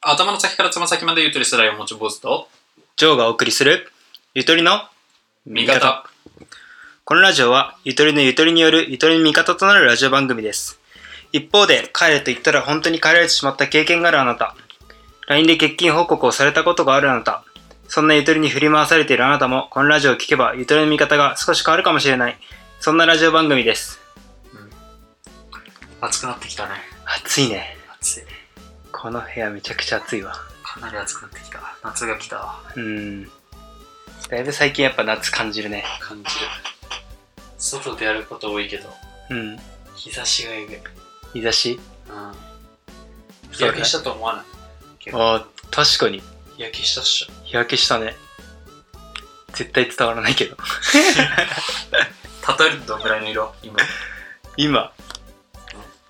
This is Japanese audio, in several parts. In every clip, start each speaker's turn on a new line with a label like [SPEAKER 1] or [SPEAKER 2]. [SPEAKER 1] 頭の先からつま先までゆとりすらいを持ち坊主と
[SPEAKER 2] ジョーがお送りするゆとりの
[SPEAKER 1] 味方
[SPEAKER 2] このラジオはゆとりのゆとりによるゆとりの味方となるラジオ番組です一方で帰れと言ったら本当に帰られてしまった経験があるあなた LINE で欠勤報告をされたことがあるあなたそんなゆとりに振り回されているあなたもこのラジオを聞けばゆとりの味方が少し変わるかもしれないそんなラジオ番組です
[SPEAKER 1] 暑くなってきたね
[SPEAKER 2] 暑いね
[SPEAKER 1] 暑い
[SPEAKER 2] この部屋めちゃくちゃ暑いわ
[SPEAKER 1] かなり暑くなってきた夏が来たわ
[SPEAKER 2] うんだいぶ最近やっぱ夏感じるね
[SPEAKER 1] 感じる外でやること多いけど
[SPEAKER 2] うん
[SPEAKER 1] 日差しがえぐいうん
[SPEAKER 2] 日差し
[SPEAKER 1] 日焼けしたと思わない
[SPEAKER 2] あー確かに
[SPEAKER 1] 日焼けしたっしょ
[SPEAKER 2] 日焼けしたね絶対伝わらないけど
[SPEAKER 1] 例えるとどんぐらいの色今
[SPEAKER 2] 今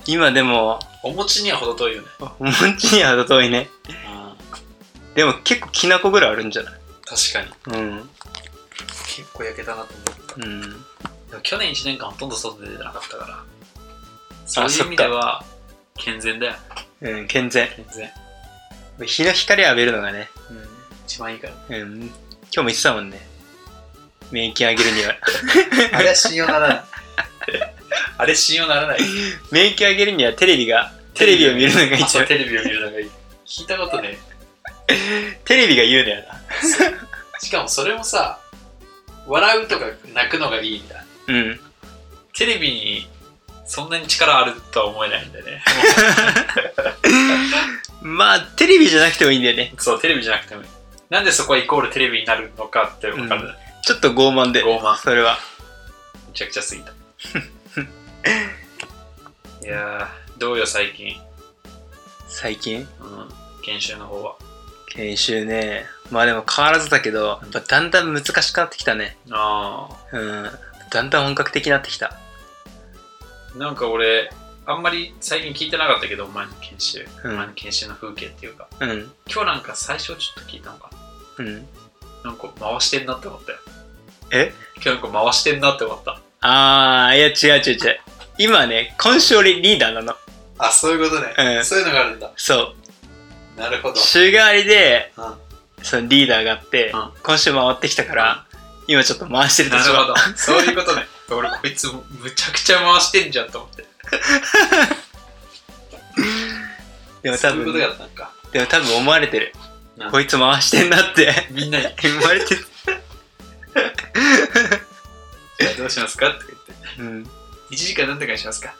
[SPEAKER 2] 今でも
[SPEAKER 1] お餅には程遠いよね
[SPEAKER 2] お餅には程遠いね
[SPEAKER 1] うん
[SPEAKER 2] でも結構きな粉ぐらいあるんじゃない
[SPEAKER 1] 確かに
[SPEAKER 2] うん
[SPEAKER 1] 結構焼けたなと思った
[SPEAKER 2] うん
[SPEAKER 1] でも去年1年間ほとんど外で出てなかったからそ
[SPEAKER 2] そうっか
[SPEAKER 1] いう意味では健全だよ
[SPEAKER 2] うん健全
[SPEAKER 1] 健全
[SPEAKER 2] 日の光浴びるのがね
[SPEAKER 1] うん一番いいから
[SPEAKER 2] うん今日も言ってたもんね免疫上げる には
[SPEAKER 1] あれは信用ならない。あれ信用なら ない。
[SPEAKER 2] 免疫上げるにはテレビがテレビを見るのが一
[SPEAKER 1] 朝
[SPEAKER 2] 番
[SPEAKER 1] テレビを見るのがいい。聞いたことね。
[SPEAKER 2] テレビが言うのよな
[SPEAKER 1] しかもそれもさ、笑うとか泣くのがいいんだ。
[SPEAKER 2] うん
[SPEAKER 1] テレビにそんなに力あるとは思えないんだよ ね。
[SPEAKER 2] まあテレビじゃなくてもいいんだよね
[SPEAKER 1] そう、テレビじゃなくてもいい。なんでそこはイコールテレビになるのかって分からない。
[SPEAKER 2] ちょっと傲慢で
[SPEAKER 1] 傲慢
[SPEAKER 2] それは
[SPEAKER 1] めちゃくちゃす ぎた。いやー、どうよ最近。
[SPEAKER 2] 最近
[SPEAKER 1] うん。研修の方は。
[SPEAKER 2] 研修ねまあでも変わらずだけどやっぱだんだん難しくなってきたね
[SPEAKER 1] ああ。
[SPEAKER 2] うんだんだん本格的になってきた
[SPEAKER 1] なんか俺、あんまり最近聞いてなかったけど、お前の研修、
[SPEAKER 2] うん
[SPEAKER 1] お前の研修の風景っていうか、
[SPEAKER 2] うん
[SPEAKER 1] 今日なんか最初ちょっと聞いたのか
[SPEAKER 2] うん
[SPEAKER 1] な。なんか回してんなって思ったよ。
[SPEAKER 2] え
[SPEAKER 1] 今日なんか回してんなって思った。
[SPEAKER 2] ああいや違う違う違う今ね今週俺リーダーなの
[SPEAKER 1] あ、そういうことね
[SPEAKER 2] うん
[SPEAKER 1] そういうのがあるんだ。
[SPEAKER 2] そ
[SPEAKER 1] なるほ
[SPEAKER 2] う週替わりで
[SPEAKER 1] うん
[SPEAKER 2] そのリーダーがあって、
[SPEAKER 1] うん
[SPEAKER 2] 今週回ってきたから、今ちょっと回してる
[SPEAKER 1] な
[SPEAKER 2] で
[SPEAKER 1] る
[SPEAKER 2] しょ
[SPEAKER 1] ほど。 そういうことね。俺、こいつむちゃくちゃ回してんじゃんと思って。
[SPEAKER 2] でも
[SPEAKER 1] そ
[SPEAKER 2] 多
[SPEAKER 1] ういうこ
[SPEAKER 2] 分
[SPEAKER 1] とやったんか。
[SPEAKER 2] でも多分思われてる
[SPEAKER 1] うん
[SPEAKER 2] こいつ回してんなって
[SPEAKER 1] みんなに、
[SPEAKER 2] 言われてる
[SPEAKER 1] どうしますかって言って、
[SPEAKER 2] うん
[SPEAKER 1] 1時間何とかにし ますか。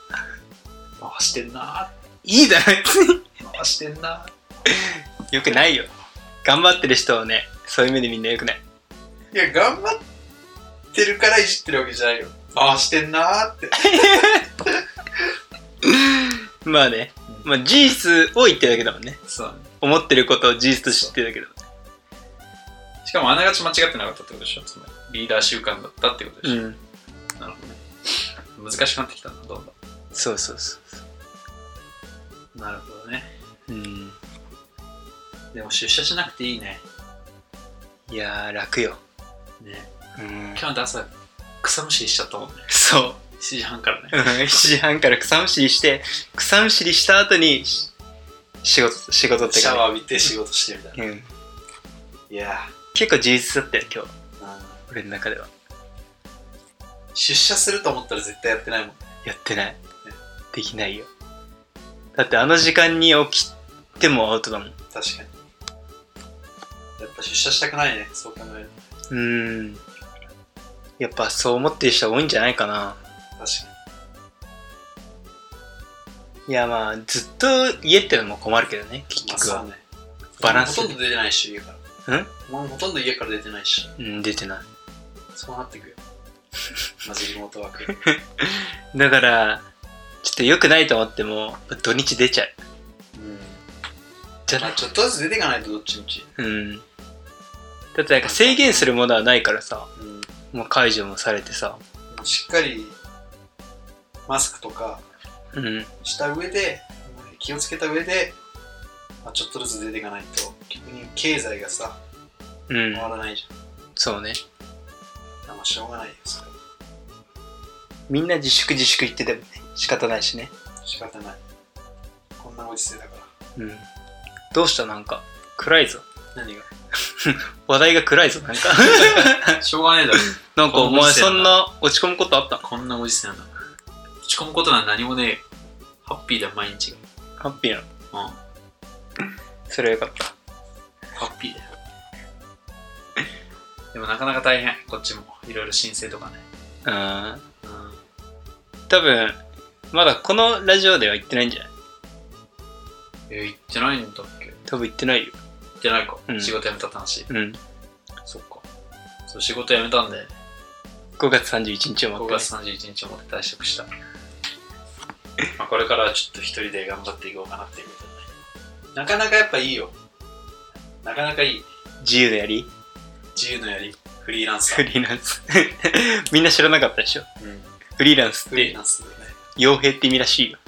[SPEAKER 1] 回してんな
[SPEAKER 2] リーダー別に
[SPEAKER 1] ー回してんな
[SPEAKER 2] よくないよ頑張ってる人をねそういう目でみんなよくない
[SPEAKER 1] ーいや、頑張ってるからいじってるわけじゃないよ。回してんなーって。
[SPEAKER 2] まあね、まあ、事実を言ってるだけだもんね
[SPEAKER 1] そう
[SPEAKER 2] 思ってることを事実としてるだけだも
[SPEAKER 1] しかもあながち間違ってなかったってことでしょつまりリーダー習慣だったってことでし
[SPEAKER 2] ん
[SPEAKER 1] ょ、
[SPEAKER 2] ねうん
[SPEAKER 1] なるほどね難しくなってきたんだどんど
[SPEAKER 2] そうそうそ
[SPEAKER 1] んなるほどね
[SPEAKER 2] ううん
[SPEAKER 1] でも出社しなくていいね
[SPEAKER 2] いやー楽よ
[SPEAKER 1] ね
[SPEAKER 2] うん
[SPEAKER 1] 今日の朝草むしりしちゃったもんね
[SPEAKER 2] そう
[SPEAKER 1] 7時半からね
[SPEAKER 2] うん7時半から草むしりして草むしりした後にし仕事仕事って
[SPEAKER 1] シャ
[SPEAKER 2] か、
[SPEAKER 1] ワー浴びて仕事してみたいな
[SPEAKER 2] ねうん、
[SPEAKER 1] いや
[SPEAKER 2] 結構充実だったよ今
[SPEAKER 1] ーう
[SPEAKER 2] 日
[SPEAKER 1] ん
[SPEAKER 2] 俺の中では
[SPEAKER 1] 出社すると思ったら絶対やってないもん
[SPEAKER 2] やってないできないよだってあの時間に起きてもアウトだもん
[SPEAKER 1] 確かにやっぱ出社したくないねそう考える
[SPEAKER 2] うんやっぱそう思ってる人多いんじゃないかな
[SPEAKER 1] と確か
[SPEAKER 2] いやまあずっと家ってのも困るけどね結
[SPEAKER 1] にまあ
[SPEAKER 2] 局は、
[SPEAKER 1] そうね
[SPEAKER 2] バランス
[SPEAKER 1] ほとんど出てないっしょ家から
[SPEAKER 2] ん
[SPEAKER 1] お前もほとんど家から出てないっしょ
[SPEAKER 2] うん出てない
[SPEAKER 1] そうなって くよマジリモートワーク
[SPEAKER 2] だからちょっと良くないと思っても土日出ちゃう
[SPEAKER 1] うん
[SPEAKER 2] じゃ
[SPEAKER 1] ま
[SPEAKER 2] な
[SPEAKER 1] あ、
[SPEAKER 2] い
[SPEAKER 1] ちょっとずつ出ていかないとどっちみち、
[SPEAKER 2] うんだってなんか制限するものはないからさ
[SPEAKER 1] う
[SPEAKER 2] もう解除もされてさ
[SPEAKER 1] ん、しっかりマスクとか
[SPEAKER 2] うん
[SPEAKER 1] した上で気をつけた上で、まあ、ちょっとずつ出ていかないと逆に経済がさ
[SPEAKER 2] うん
[SPEAKER 1] 回らないじ
[SPEAKER 2] そうね
[SPEAKER 1] ゃん、まあ、しょうがないよそれは
[SPEAKER 2] みんな自粛自粛言っててもね仕方ないしね
[SPEAKER 1] 仕方ないこんなご時世だから
[SPEAKER 2] うんどうしたなんか、暗いぞ。
[SPEAKER 1] 何 が
[SPEAKER 2] 話題が暗いぞ、なん か。
[SPEAKER 3] しょうがねえだろ。
[SPEAKER 2] なんか
[SPEAKER 3] こ
[SPEAKER 2] お
[SPEAKER 3] のご
[SPEAKER 2] 前
[SPEAKER 3] 時世
[SPEAKER 2] そ
[SPEAKER 3] だなん
[SPEAKER 2] な落ち込むことあった
[SPEAKER 3] こんなご時世なんだ。打ち込むことなんて何もねえよ。ハッピーだよ、毎日が。
[SPEAKER 2] ハッピーなの。
[SPEAKER 3] うん。
[SPEAKER 2] それはよかった。
[SPEAKER 3] ハッピーだよ。 でもなかなか大変、こっちも。いろいろ申請とかね。
[SPEAKER 2] うーん。
[SPEAKER 3] うん。
[SPEAKER 2] 多分、まだこのラジオでは言ってないんじゃない
[SPEAKER 3] え、行ってないんだっけ行
[SPEAKER 2] 多分言ってないよ。
[SPEAKER 3] ってないか。
[SPEAKER 2] うん
[SPEAKER 3] 仕事辞めたって話。
[SPEAKER 2] うん。
[SPEAKER 3] そっか。そう、仕事辞めたんで、
[SPEAKER 2] 5月31日をも
[SPEAKER 3] 5
[SPEAKER 2] ってね。
[SPEAKER 3] 月31日をもって退職した。まあこれからはちょっと一人で頑張っていこうかなっていうことでね。
[SPEAKER 1] なかなかやっぱいいよ。なかなかいい。
[SPEAKER 2] 自由のやり
[SPEAKER 1] 自由のやり、フリーランス
[SPEAKER 2] フ
[SPEAKER 1] だ。
[SPEAKER 2] リーランス。 みんな知らなかったでしょ
[SPEAKER 1] うん。
[SPEAKER 2] フリーランスっ
[SPEAKER 1] フリー
[SPEAKER 2] て、
[SPEAKER 1] ランスだよね。
[SPEAKER 2] 傭兵って意味らしいよ。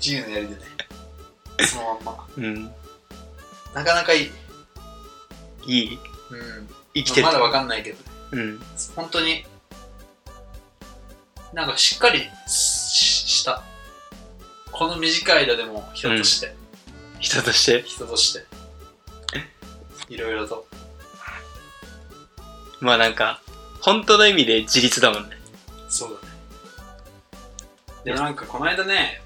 [SPEAKER 1] 自由のやりでね。そのまんま。
[SPEAKER 2] うん。
[SPEAKER 1] なかなかいい。
[SPEAKER 2] いい
[SPEAKER 1] うん。
[SPEAKER 2] 生きてる
[SPEAKER 1] ま。だわかんないけど、
[SPEAKER 2] うん。
[SPEAKER 1] 本当に、なんかしっかりしした。
[SPEAKER 3] この短い間でも人として、
[SPEAKER 2] 人として、
[SPEAKER 1] 人として。いろいろと。
[SPEAKER 2] まあなんか、本当の意味で自立だもんね。
[SPEAKER 1] そうだね。でもなんかこの間ね、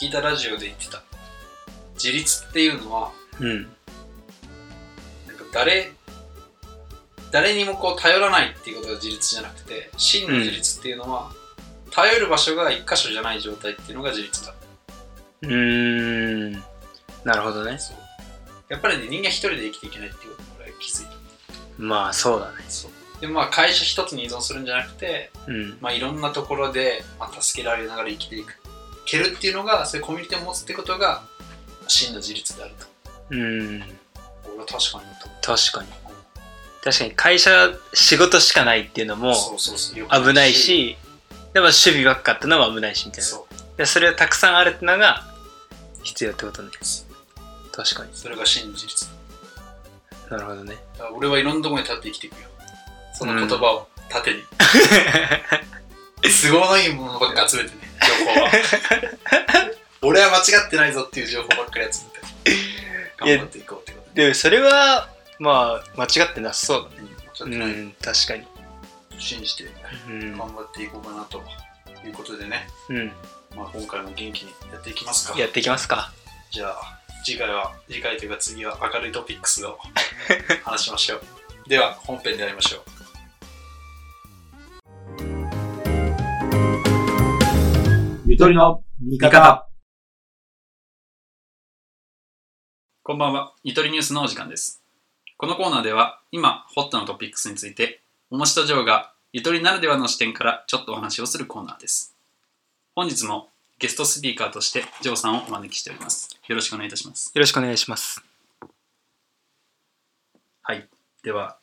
[SPEAKER 1] 聞いたラジオで言ってた。自立っていうのは、
[SPEAKER 2] う
[SPEAKER 1] な
[SPEAKER 2] ん。
[SPEAKER 1] んか誰、誰にもこう頼らないっていうことが自立じゃなくて、真の自立っていうのは、頼る場所が一箇所じゃない状態っていうのが自立だ。
[SPEAKER 2] うーん。なるほどね。
[SPEAKER 1] そうやっぱりね、人間一人で生きていけないっていうことに俺は気づいた。
[SPEAKER 2] まあそうだね。
[SPEAKER 1] そうでまあ会社一つに依存するんじゃなくて、
[SPEAKER 2] うん。
[SPEAKER 1] まあ、いろんなところで、まあ、助けられながら生きていくけるっていうのがそういうコミュニティを持つってことが真の自立であると
[SPEAKER 2] う
[SPEAKER 1] 俺
[SPEAKER 2] ん。
[SPEAKER 1] は確かになと
[SPEAKER 2] 確かに。
[SPEAKER 1] 思う
[SPEAKER 2] 確かに会社、仕事しかないっていうのも
[SPEAKER 1] そうそうそうよく
[SPEAKER 2] 危ないし、でも守備ばっかってのも危ないしみたいな。
[SPEAKER 1] そう
[SPEAKER 2] でそれをたくさんあるってのが必要ってことね。
[SPEAKER 1] そ
[SPEAKER 2] 確かに。
[SPEAKER 1] それが真の自立だ
[SPEAKER 2] なるほどね。
[SPEAKER 1] から俺はいろんなところに立って生きていくよその言葉を盾に、都合のいいものばっか集めてね情報は俺は間違ってないぞっていう情報ばっかり集めて
[SPEAKER 2] いや
[SPEAKER 1] 頑張っていこうってことね
[SPEAKER 2] でもそれは、まあ間違ってなさそうだね。
[SPEAKER 1] ちょっ
[SPEAKER 2] う
[SPEAKER 1] とね
[SPEAKER 2] ん、確かに。
[SPEAKER 1] 信じて
[SPEAKER 2] うん。
[SPEAKER 1] 頑張っていこうかなということでね、
[SPEAKER 2] うん。
[SPEAKER 1] まあ、今回も元気にやっていきますか
[SPEAKER 2] やっていきますか。
[SPEAKER 1] じゃあ次回は次回というか次は明るいトピック スを話しましょうでは本編でやりましょう
[SPEAKER 3] ゆとりの味方こんばんは、ゆとりニュースのお時間です。このコーナーでは、今、ホットなトピックスについて、おもしとジョーがゆとりならではの視点からちょっとお話をするコーナーです。本日もゲストスピーカーとして、ジョーさんをお招きしております。よろしくお願いいたします。
[SPEAKER 2] よろしくお願いします。
[SPEAKER 3] はい、では、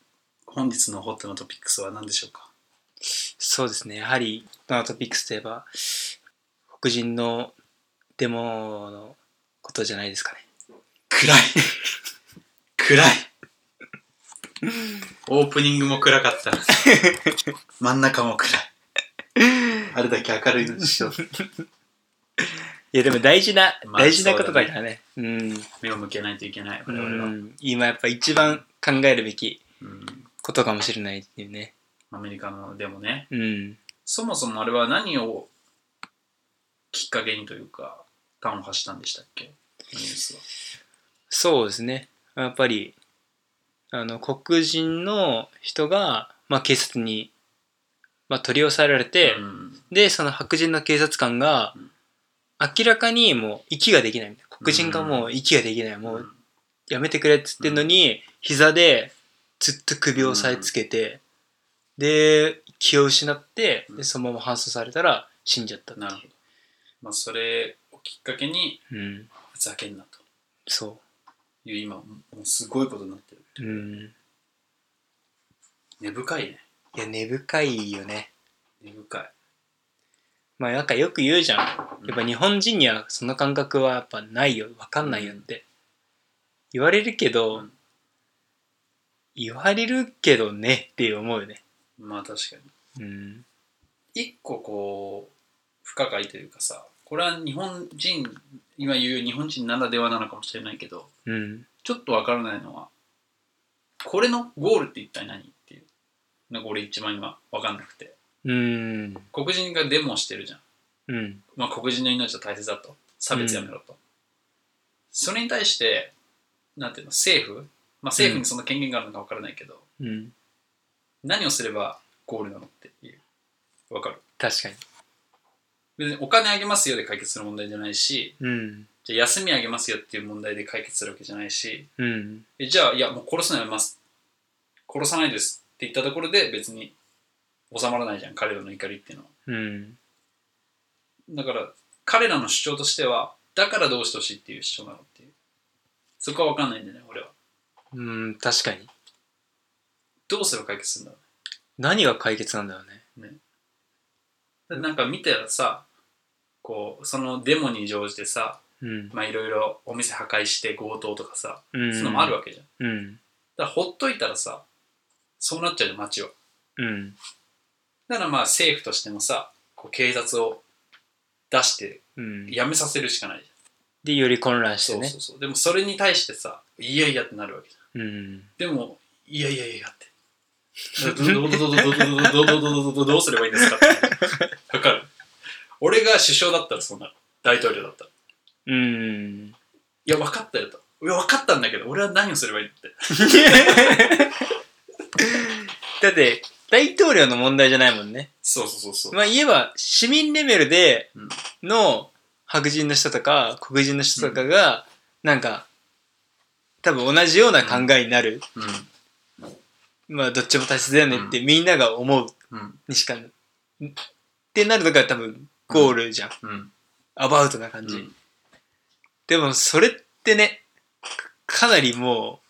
[SPEAKER 3] 本日のホットなトピックスは何でしょうか
[SPEAKER 2] そうですね。やはり、ナートピックスといえば、黒人のデモのことじゃないですかね。
[SPEAKER 3] 暗い暗いオープニングも暗かった真ん中も暗いあれだけ明るいのにしよう
[SPEAKER 2] いや、でも大事な、
[SPEAKER 3] まあ
[SPEAKER 2] 大事なことだからね。うん。
[SPEAKER 3] 目を向けないといけない我々
[SPEAKER 2] う
[SPEAKER 3] は、
[SPEAKER 2] ん、今やっぱ一番考えるべき
[SPEAKER 3] うん
[SPEAKER 2] ことかもしれないっていうね。
[SPEAKER 3] アメリカのでもね
[SPEAKER 2] うん。
[SPEAKER 3] そもそもあれは何をきっかけにというか端を発したんでしたっけニュースは
[SPEAKER 2] そうですね。やっぱり、あの、黒人の人が、まあ、警察に、まあ、取り押さえられて、
[SPEAKER 3] うん
[SPEAKER 2] で、その白人の警察官が
[SPEAKER 3] うん、
[SPEAKER 2] 明らかにもう息ができないみたいな。黒人がもう息ができない。もうやめてくれって言ってるのに、膝でずっと首を押さえつけて、で、気を失って、
[SPEAKER 3] うん
[SPEAKER 2] でそのまま搬送されたら死んじゃった
[SPEAKER 3] う
[SPEAKER 2] っ
[SPEAKER 3] ん
[SPEAKER 2] て
[SPEAKER 3] なるほ
[SPEAKER 2] い
[SPEAKER 3] ど、まあ、それをきっかけに
[SPEAKER 2] う。うん。
[SPEAKER 3] ふざけんなと
[SPEAKER 2] そ
[SPEAKER 3] いう今もうすごいことになってる
[SPEAKER 2] う。うん。
[SPEAKER 3] 根深いね
[SPEAKER 2] いや、根深いよね。
[SPEAKER 3] 根深い
[SPEAKER 2] まあなんかよく言うじゃん。やっぱ日本人にはその感覚はやっぱないよ。わかんないよって。言われるけど、
[SPEAKER 3] うん
[SPEAKER 2] 言われるけどねって思うよね。
[SPEAKER 3] まあ確かに
[SPEAKER 2] うん。
[SPEAKER 3] 一個こう不可解というかさ
[SPEAKER 1] これは日本人今言う日本人ならではなのかもしれないけど
[SPEAKER 2] うん。
[SPEAKER 1] ちょっとわからないのはこれのゴールって一体何っていうなんか俺一番今わかんなくて
[SPEAKER 2] うん。
[SPEAKER 1] 黒人がデモをしてるじゃん、
[SPEAKER 2] うん。
[SPEAKER 1] まあ、黒人の命は大切だと差別やめろと、それに対してなんていうの政府、まあ、政府にそんな権限があるのかわからないけど、
[SPEAKER 2] うん。
[SPEAKER 1] 何をすればゴールなのっていうわかる
[SPEAKER 2] 確かに。
[SPEAKER 1] 別にお金あげますよで解決する問題じゃないし
[SPEAKER 2] うん。
[SPEAKER 1] じゃあ休みあげますよっていう問題で解決するわけじゃないし
[SPEAKER 2] うん。
[SPEAKER 1] えじゃあいやもう殺すのやめます殺さないですって言ったところで別に収まらないじゃん彼らの怒りっていうのは
[SPEAKER 2] うん。
[SPEAKER 1] だから彼らの主張としてはだからどうしてほしいっていう主張なのっていうそこは分かんないんだよね俺は
[SPEAKER 2] うん。確かに。
[SPEAKER 1] どうすれば解決するんだろう
[SPEAKER 2] 何が解決なんだろうね。
[SPEAKER 1] だってなんか見てたらさこうそのデモに乗じてさ
[SPEAKER 2] うん。
[SPEAKER 1] まあいろいろお店破壊して強盗とかさ
[SPEAKER 2] うん。
[SPEAKER 1] そういうのもあるわけじゃん
[SPEAKER 2] うん。
[SPEAKER 1] だからほっといたらさそうなっちゃうじゃん街は
[SPEAKER 2] うん。
[SPEAKER 1] だからまあ政府としてもさこう警察を出して
[SPEAKER 2] うん。
[SPEAKER 1] やめさせるしかないじ
[SPEAKER 2] で、より混乱し
[SPEAKER 1] ゃ
[SPEAKER 2] て
[SPEAKER 1] ん、
[SPEAKER 2] ね。
[SPEAKER 1] そうそうそうでもそれに対してさいやいやってなるわけじ
[SPEAKER 2] うん。
[SPEAKER 1] ゃんでもいやいやいやってどどどどどどどどどどどどどうすればいいんですかってわかる俺が首相だったらそんなる大統領だったら
[SPEAKER 2] うん。
[SPEAKER 1] いや分かったよといや分かったんだけど俺は何をすればいいのって
[SPEAKER 2] だって、大統領の問題じゃないもんね。
[SPEAKER 1] そうそうそうそう
[SPEAKER 2] まあ言えば、市民レベルで
[SPEAKER 1] うん
[SPEAKER 2] の白人の人とか黒人の人とかが、なんか、多分同じような考えになる。
[SPEAKER 1] う
[SPEAKER 2] まあどっちも大切だよねってみんなが思うん
[SPEAKER 1] うん
[SPEAKER 2] にしか、ってなるのが多分ゴールじゃん。
[SPEAKER 1] うん
[SPEAKER 2] アバウトな感じ。でもそれってね、かなりも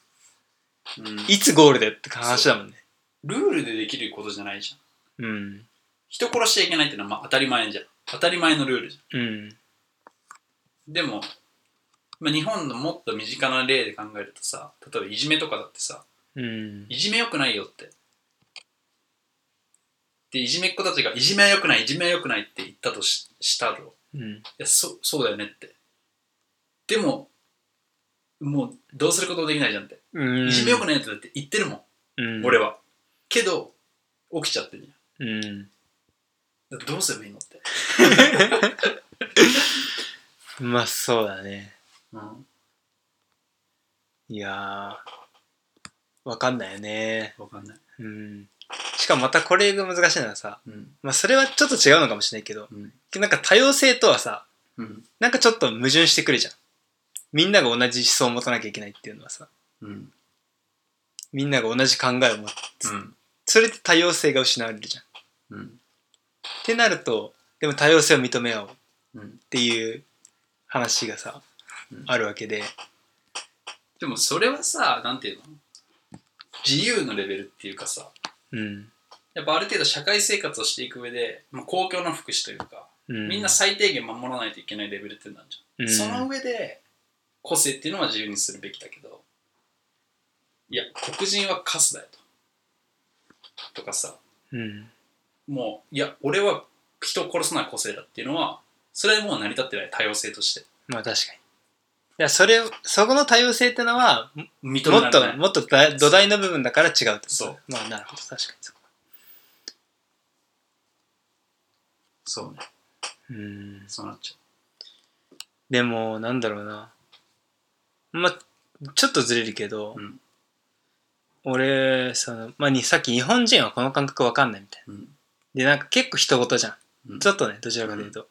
[SPEAKER 1] うん
[SPEAKER 2] う、いつゴールだよって話だもんね。
[SPEAKER 1] ルールでできることじゃないじゃん
[SPEAKER 2] うん。
[SPEAKER 1] 人殺しちゃいけないってのはまあ当たり前じゃん当たり前のルールじ
[SPEAKER 2] うん。
[SPEAKER 1] ゃんでも、まあ、日本のもっと身近な例で考えるとさ例えばいじめとかだってさ
[SPEAKER 2] うん。
[SPEAKER 1] いじめよくないよってでいじめっ子たちがいじめはよくないいじめはよくないって言ったとししたろ
[SPEAKER 2] うん。
[SPEAKER 1] いやそそうだよねってでももうどうすることもできないじゃんって、
[SPEAKER 2] うん。
[SPEAKER 1] いじめよくないよってだって言ってるもん、
[SPEAKER 2] うん。
[SPEAKER 1] 俺はけど起きちゃってるじゃん
[SPEAKER 2] うん。
[SPEAKER 1] だってどうすればいいのって
[SPEAKER 2] まあそうだね。
[SPEAKER 1] うん
[SPEAKER 2] いやー、わかんないよね。
[SPEAKER 1] わかんない
[SPEAKER 2] うん。しかもまたこれが難しいのはさ、
[SPEAKER 1] うん
[SPEAKER 2] まあそれはちょっと違うのかもしれないけど、
[SPEAKER 1] うん
[SPEAKER 2] なんか多様性とはさ、
[SPEAKER 1] うん
[SPEAKER 2] なんかちょっと矛盾してくるじゃん。みんなが同じ思想を持たなきゃいけないっていうのはさ、
[SPEAKER 1] うん
[SPEAKER 2] みんなが同じ考えを持って、
[SPEAKER 1] うん
[SPEAKER 2] それで多様性が失われるじゃん。っ
[SPEAKER 1] うん
[SPEAKER 2] てなると、でも多様性を認めようっ
[SPEAKER 1] うん
[SPEAKER 2] ていう話がさ
[SPEAKER 1] うん、
[SPEAKER 2] あるわけで、
[SPEAKER 1] でもそれはさなんていうの自由のレベルっていうかさ
[SPEAKER 2] うん。
[SPEAKER 1] やっぱある程度社会生活をしていく上で、まあ、公共の福祉というか
[SPEAKER 2] うん、
[SPEAKER 1] みんな最低限守らないといけないレベルってなんじ
[SPEAKER 2] う
[SPEAKER 1] ゃん、
[SPEAKER 2] ん、
[SPEAKER 1] その上で個性っていうのは自由にするべきだけどいや黒人はカスだよととかさ
[SPEAKER 2] うん。
[SPEAKER 1] もういや俺は人を殺すのは個性だっていうのはそれはもう成り立ってない多様性として
[SPEAKER 2] まあ確かに。いや、それを、そこの多様性ってのは、も
[SPEAKER 1] 認めら
[SPEAKER 2] っ
[SPEAKER 1] れな
[SPEAKER 2] と、
[SPEAKER 1] い
[SPEAKER 2] もっとだ土台の部分だから違うってこと。
[SPEAKER 1] そう。
[SPEAKER 2] まあなるほど、確かにそこ。
[SPEAKER 1] そうね
[SPEAKER 2] うん。
[SPEAKER 1] そうなっちゃ
[SPEAKER 2] でも、なんだろうな。まあ、ちょっとずれるけど、
[SPEAKER 1] うん
[SPEAKER 2] 俺、その、まあに、さっき日本人はこの感覚わかんないみたいう
[SPEAKER 1] うん
[SPEAKER 2] な。で、なんか結構人事じゃん。
[SPEAKER 1] うん
[SPEAKER 2] ちょっとね、どちらかというと。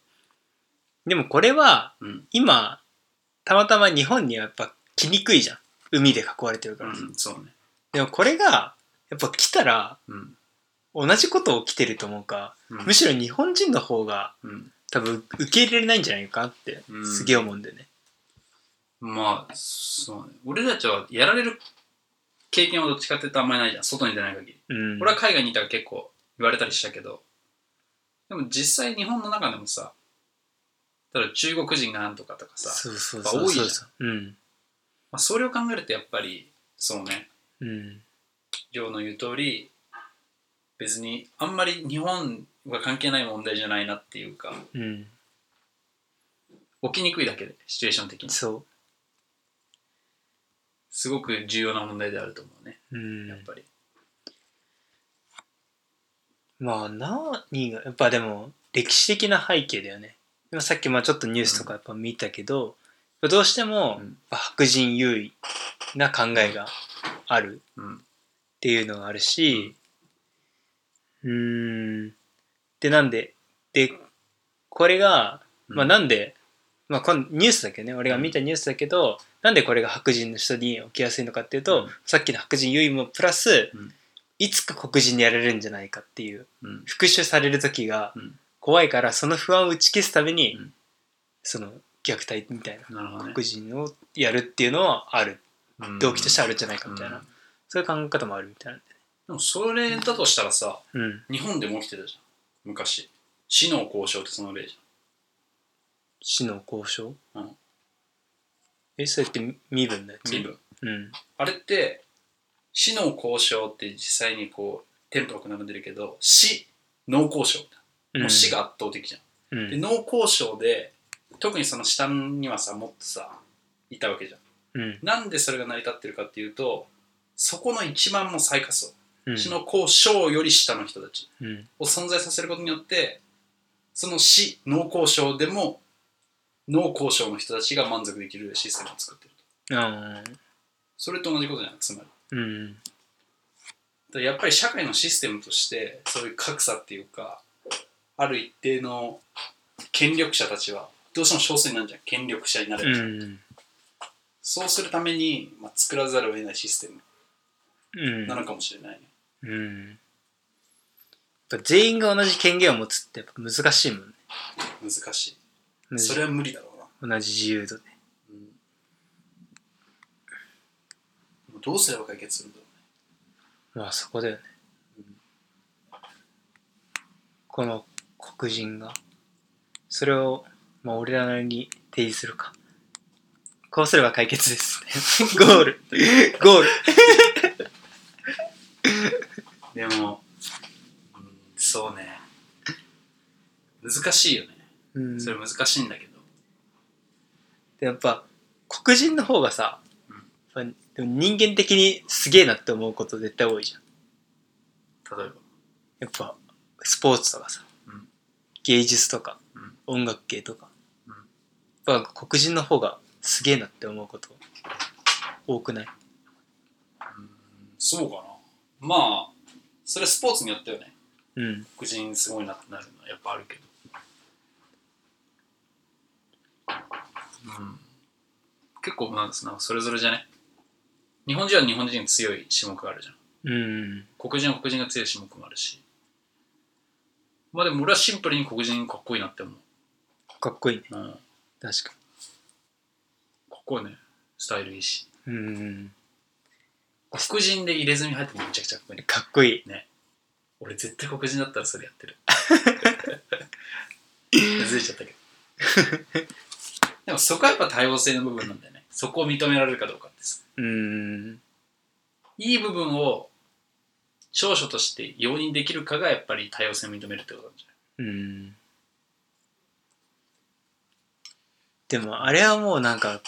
[SPEAKER 2] でもこれは、
[SPEAKER 1] うん
[SPEAKER 2] 今、たまたま日本にはやっぱ来にくいじゃん。海で囲われてるか
[SPEAKER 1] う
[SPEAKER 2] らさ。
[SPEAKER 1] んそうね
[SPEAKER 2] でもこれがやっぱ来たら
[SPEAKER 1] うん
[SPEAKER 2] 同じこと起きてると思うか
[SPEAKER 1] うん
[SPEAKER 2] むしろ日本人の方が
[SPEAKER 1] うん
[SPEAKER 2] 多分受け入れられないんじゃないかって
[SPEAKER 1] うん
[SPEAKER 2] すげえ思うんだよね。
[SPEAKER 1] まあそうね俺たちはやられる経験はどっちかっていうとあんまりないじゃん外に出ない限り
[SPEAKER 2] うん、
[SPEAKER 1] 俺は海外にいたら結構言われたりしたけどでも実際日本の中でもさただ中国人がなんとかとかさ、
[SPEAKER 2] そうそう
[SPEAKER 1] や
[SPEAKER 2] そ
[SPEAKER 1] っぱ多
[SPEAKER 2] う
[SPEAKER 1] いじゃ
[SPEAKER 2] そ
[SPEAKER 1] ん
[SPEAKER 2] うそう。うん
[SPEAKER 1] まあ、それを考えるとやっぱりそうね
[SPEAKER 2] うん
[SPEAKER 1] 亮の言う通り別にあんまり日本が関係ない問題じゃないなっていうか
[SPEAKER 2] うん
[SPEAKER 1] 起きにくいだけでシチュエーション的に
[SPEAKER 2] そ
[SPEAKER 1] すごく重要な問題であると思うね
[SPEAKER 2] う。う
[SPEAKER 1] やっ
[SPEAKER 2] ん。
[SPEAKER 1] ぱり、
[SPEAKER 2] まあ、何が、やっぱでも、歴史的な背景だよね。でもさっき、まあちょっとニュースとかやっぱ見たけど、やっぱどうしても
[SPEAKER 1] うん、
[SPEAKER 2] やっぱ白人優位な考えがある。
[SPEAKER 1] うん、
[SPEAKER 2] っていうのがあるし、うーん。で、なんで、で、これが、まあなんで、まあこのニュースだけどね、俺が見たニュースだけど、なんでこれが白人の人に起きやすいのかっていうと、
[SPEAKER 1] うん
[SPEAKER 2] さっきの白人優位もプラス、
[SPEAKER 1] うん
[SPEAKER 2] いつか黒人にやられるんじゃないかっていう、
[SPEAKER 1] うん
[SPEAKER 2] 復讐される時が
[SPEAKER 1] うん
[SPEAKER 2] 怖いから、その不安を打ち消すために、
[SPEAKER 1] うん
[SPEAKER 2] その虐待みたいな、
[SPEAKER 1] なるほどね
[SPEAKER 2] 黒人をやるっていうのはある、
[SPEAKER 1] うん
[SPEAKER 2] 動機としてあるんじゃないかみたいな、
[SPEAKER 1] うん
[SPEAKER 2] そういう考え方もあるみたいなんで。
[SPEAKER 1] でもそれだとしたらさ
[SPEAKER 2] うん
[SPEAKER 1] 日本でも起きてたじゃん昔死の交渉ってその例じ
[SPEAKER 2] 死の交渉、
[SPEAKER 1] うん
[SPEAKER 2] えそれって身分のや
[SPEAKER 1] ゃん
[SPEAKER 2] つ
[SPEAKER 1] 身分
[SPEAKER 2] うん
[SPEAKER 1] あれって死の交渉って実際にこうテンポよく並んでるけど死脳交渉もう死、が圧倒的じゃん、
[SPEAKER 2] う
[SPEAKER 1] で
[SPEAKER 2] ん
[SPEAKER 1] 脳交渉で特にその下にはさもっとさいたわけじゃん
[SPEAKER 2] うん
[SPEAKER 1] なんでそれが成り立ってるかっていうとそこの一番もう最下層
[SPEAKER 2] うん
[SPEAKER 1] 死の交渉より下の人たち
[SPEAKER 2] うん
[SPEAKER 1] を存在させることによってその死脳交渉でも脳交渉の人たちが満足できるシステムを作ってる
[SPEAKER 2] あー
[SPEAKER 1] それと同じことじゃないつまり
[SPEAKER 2] うん
[SPEAKER 1] だからやっぱり社会のシステムとしてそういう格差っていうかある一定の権力者たちはどうしても少数になるじゃん権力者になれ
[SPEAKER 2] う
[SPEAKER 1] る、
[SPEAKER 2] ん
[SPEAKER 1] そうするために、まあ、作らざるを得ないシステム
[SPEAKER 2] うん
[SPEAKER 1] なのかもしれないね、
[SPEAKER 2] うんやっぱ全員が同じ権限を持つってやっぱ難しいもんね
[SPEAKER 1] 難し
[SPEAKER 2] 同
[SPEAKER 1] い
[SPEAKER 2] じ
[SPEAKER 1] それは無理だろうな、
[SPEAKER 2] 同じ自由度で
[SPEAKER 1] うん、でもどうすれば解決するんだろ
[SPEAKER 2] まあそこだよねこの黒人がそれをまあ俺らなりに提示するかこうすれば解決ですゴールゴール
[SPEAKER 1] うねでも、うん、そうね難しいよね
[SPEAKER 2] うん
[SPEAKER 1] それ難しいんだけど、
[SPEAKER 2] でやっぱ黒人の方がさやっぱでも人間的にすげえなって思うこと絶対多いじゃん
[SPEAKER 1] 例えば
[SPEAKER 2] やっぱスポーツとかさ、
[SPEAKER 1] うん
[SPEAKER 2] 芸術とか、音楽系とか、やっぱ黒人の方がすげえなって思うこと多くない
[SPEAKER 1] そうかなまあそれはスポーツによってはね
[SPEAKER 2] うん
[SPEAKER 1] 黒人すごいなってなるのはやっぱあるけどうん結構なんですなそれぞれじゃね日本人は日本人強い種目があるじゃん
[SPEAKER 2] うん
[SPEAKER 1] 黒人は黒人が強い種目もあるしまあでも俺はシンプルに黒人かっこいいなって思う、
[SPEAKER 2] かっこいいね
[SPEAKER 1] うん、か
[SPEAKER 2] 確か
[SPEAKER 1] っこいいねスタイルいいし
[SPEAKER 2] にうん
[SPEAKER 1] 黒人で入れ墨入ってもめちゃくちゃかっこいい
[SPEAKER 2] かっこいい
[SPEAKER 1] 俺絶対黒人だったらそれや ってる気づいちゃったけどでもそこはやっぱ多様性の部分なんだよねそこを認められるかどうかです
[SPEAKER 2] うん
[SPEAKER 1] いい部分を長所として容認できるかがやっぱり多様性を認めるってことなんじ
[SPEAKER 2] うんでもあれはもうなんか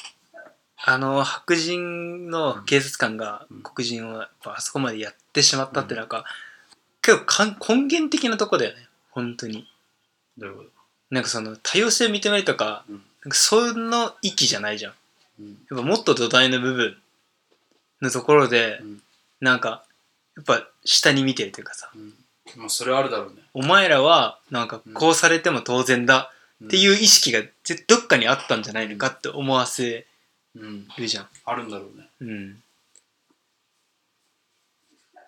[SPEAKER 2] あの白人の警察官が
[SPEAKER 1] うん
[SPEAKER 2] 黒人をやっぱあそこまでやってしまったってなんか、結構かん根源的なとこだよね本当に
[SPEAKER 1] ゃないどういうこ
[SPEAKER 2] なんかその多様性を認めるとか,、
[SPEAKER 1] うん
[SPEAKER 2] なんかその域じゃないじゃん
[SPEAKER 1] と、
[SPEAKER 2] やっぱもっと土台の部分のところで、
[SPEAKER 1] うん
[SPEAKER 2] なんかやっぱ下に見てるというかさ
[SPEAKER 1] まあそれはあるだろうね
[SPEAKER 2] お前らはなんか
[SPEAKER 1] うん
[SPEAKER 2] こうされても当然だって
[SPEAKER 1] う
[SPEAKER 2] いう意識がぜどっかにあったんじゃないのかって思わせ
[SPEAKER 1] ん、うん、
[SPEAKER 2] るじゃん。
[SPEAKER 1] あるんだろうね
[SPEAKER 2] うん。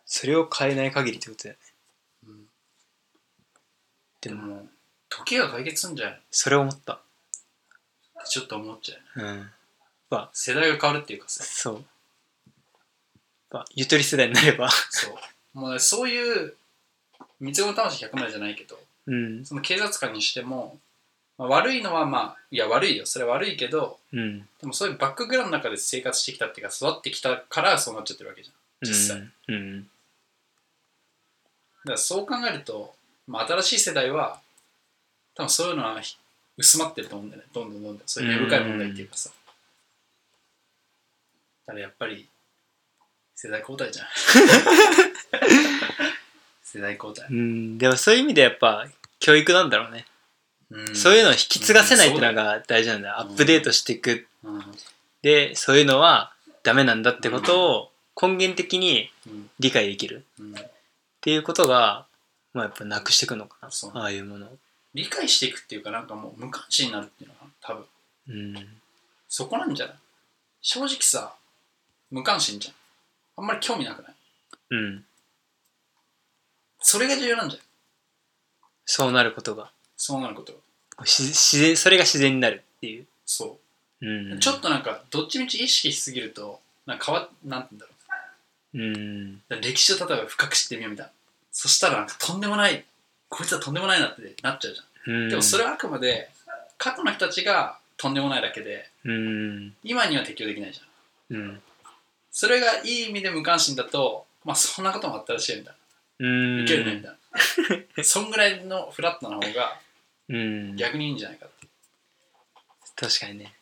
[SPEAKER 2] それを変えない限りってことだよ
[SPEAKER 1] う
[SPEAKER 2] ね。
[SPEAKER 1] ん
[SPEAKER 2] で
[SPEAKER 1] で
[SPEAKER 2] も、
[SPEAKER 1] も時が解決するんじゃないっ
[SPEAKER 2] それを思った。
[SPEAKER 1] てちょっと思っちゃう
[SPEAKER 2] うん。
[SPEAKER 1] 世代が変わるっていうかさ
[SPEAKER 2] そう。まあ、ゆとり世代になれ ば。
[SPEAKER 1] そう。もうね、そういう、三つ子の魂100枚じゃないけど、
[SPEAKER 2] うん。
[SPEAKER 1] その警察官にしても、まあ、悪いのはまあ、いや悪いよ、それは悪いけど、
[SPEAKER 2] うん。
[SPEAKER 1] でもそういうバックグラウンドの中で生活してきたっていうか、育ってきたからそうなっちゃってるわけじゃん。実際。
[SPEAKER 2] うん。うん。
[SPEAKER 1] だからそう考えると、まあ、新しい世代は、多分そういうのはひ薄まってると思うんだよねどんどんどんどんそういう根深い問題っていうかさだからやっぱり世代交代 じゃん世代交代
[SPEAKER 2] うん、でもそういう意味でやっぱ教育なんだろうね、そういうのを引き継がせないってのが大事なんだ、
[SPEAKER 1] うん
[SPEAKER 2] アップデートしていく
[SPEAKER 1] うん、うん
[SPEAKER 2] でそういうのはダメなんだってことを根源的に
[SPEAKER 1] うん
[SPEAKER 2] 理解できるっ
[SPEAKER 1] うん
[SPEAKER 2] ていうことが、まあ、やっぱなくしていくのかな
[SPEAKER 1] そう
[SPEAKER 2] ああいうものを
[SPEAKER 1] 理解していくっていうかなんかもう無関心になるっていうのかな多分
[SPEAKER 2] うん
[SPEAKER 1] そこなんじゃない正直さ無関心じゃんあんまり興味なくない
[SPEAKER 2] うん
[SPEAKER 1] それが重要なんじゃない
[SPEAKER 2] そうなることが
[SPEAKER 1] そうなることが
[SPEAKER 2] し自然それが自然になるっていう、
[SPEAKER 1] そう
[SPEAKER 2] うん、
[SPEAKER 1] ちょっとなんかどっちみち意識しすぎるとなんか変わなんて言うんだろ
[SPEAKER 2] うん
[SPEAKER 1] うだから歴史を例えば深く知ってみようみたいなそしたらなんかとんでもないこいつはとんでもないなってなっちゃうじゃん、
[SPEAKER 2] うん
[SPEAKER 1] でもそれはあくまで過去の人たちがとんでもないだけで
[SPEAKER 2] うん
[SPEAKER 1] 今には適用できないじゃん
[SPEAKER 2] うん
[SPEAKER 1] それがいい意味で無関心だとまあそんなこともあったらしいよみたい
[SPEAKER 2] うん
[SPEAKER 1] ないけるねみたいなそんぐらいのフラットな方が
[SPEAKER 2] うん
[SPEAKER 1] 逆にいいんじゃないかって
[SPEAKER 2] 確かにね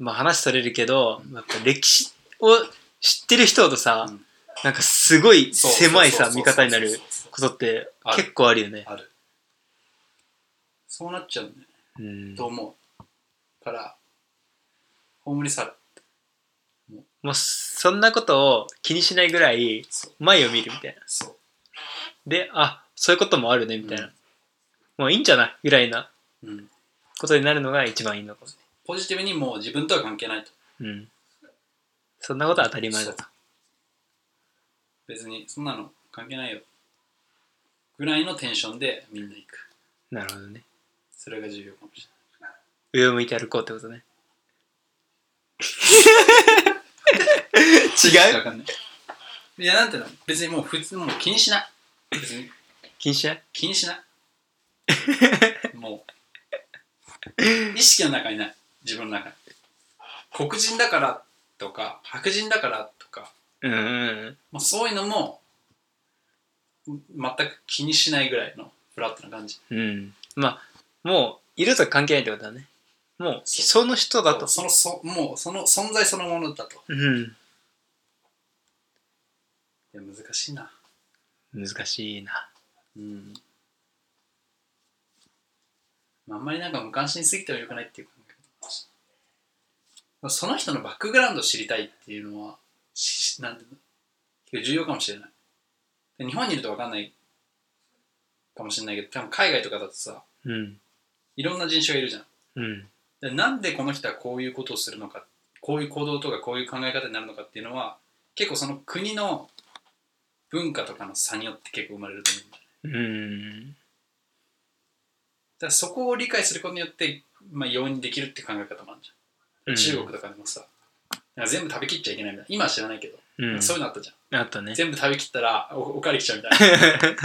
[SPEAKER 2] まあ話それるけど、やっぱ歴史を知ってる人とさ、
[SPEAKER 1] うん
[SPEAKER 2] なんかすごい
[SPEAKER 1] そう
[SPEAKER 2] 狭いさ
[SPEAKER 1] そうそうそう
[SPEAKER 2] 見方にな
[SPEAKER 1] そう
[SPEAKER 2] る
[SPEAKER 1] そうそう
[SPEAKER 2] ことって
[SPEAKER 1] ある
[SPEAKER 2] 結構あるよね
[SPEAKER 1] あるそうなっちゃうんだよね
[SPEAKER 2] うん
[SPEAKER 1] と思うから葬り去る
[SPEAKER 2] もうそんなことを気にしないぐらい
[SPEAKER 1] そう
[SPEAKER 2] 前を見るみたいな
[SPEAKER 1] そう
[SPEAKER 2] であそういうこともあるねみたいな、
[SPEAKER 1] う
[SPEAKER 2] もういいんじゃないぐらいな
[SPEAKER 1] うん、
[SPEAKER 2] ことになるのが一番いいのかも
[SPEAKER 1] ポジティブにもう自分とは関係ないと
[SPEAKER 2] うんそんなことは当たり前だと
[SPEAKER 1] 別にそんなの関係ないよぐらいのテンションでみんな行く
[SPEAKER 2] なるほどね
[SPEAKER 1] それが重要かもし
[SPEAKER 2] 上を向いて歩こうってこと ね
[SPEAKER 1] れない
[SPEAKER 2] 違
[SPEAKER 1] わかんないいやなんていうの別にもう普通もう気にしない別に
[SPEAKER 2] 気にしない
[SPEAKER 1] 気にしない もう意識の中にない自分の中に黒人だからとか白人だからとか
[SPEAKER 2] うんうんうん
[SPEAKER 1] まあ、そういうのもん全く気にしないぐらいのフラットな感じ
[SPEAKER 2] うん。まあ、もう、いると関係ないってことだね。もう、その人だと。
[SPEAKER 1] そのそもうその存在そのものだと
[SPEAKER 2] うん。
[SPEAKER 1] いや難しいな
[SPEAKER 2] 難しいな。
[SPEAKER 1] うんまああんまりなんか無関心すぎてもよくないっていう感じまあその人のバックグラウンドを知りたいっていうのはしなんていうの結構重要かもしれないで日本にいると分かんないかもしれないけど多分海外とかだとさ
[SPEAKER 2] うん。
[SPEAKER 1] いろんな人種がいるじゃん
[SPEAKER 2] うん。
[SPEAKER 1] でなんでこの人はこういうことをするのかこういう行動とかこういう考え方になるのかっていうのは結構その国の文化とかの差によって結構生まれると思うんだよね
[SPEAKER 2] うん。
[SPEAKER 1] だからそこを理解することによって、まあ、容易にできるっていう考え方もあるじゃん、中国とかでもさなんか全部食べきっちゃいけないみたいな今は知らないけど、
[SPEAKER 2] うん。
[SPEAKER 1] そういうのあったじゃん
[SPEAKER 2] あとね。
[SPEAKER 1] 全部食べきったらおおかわり来ちゃうみたいな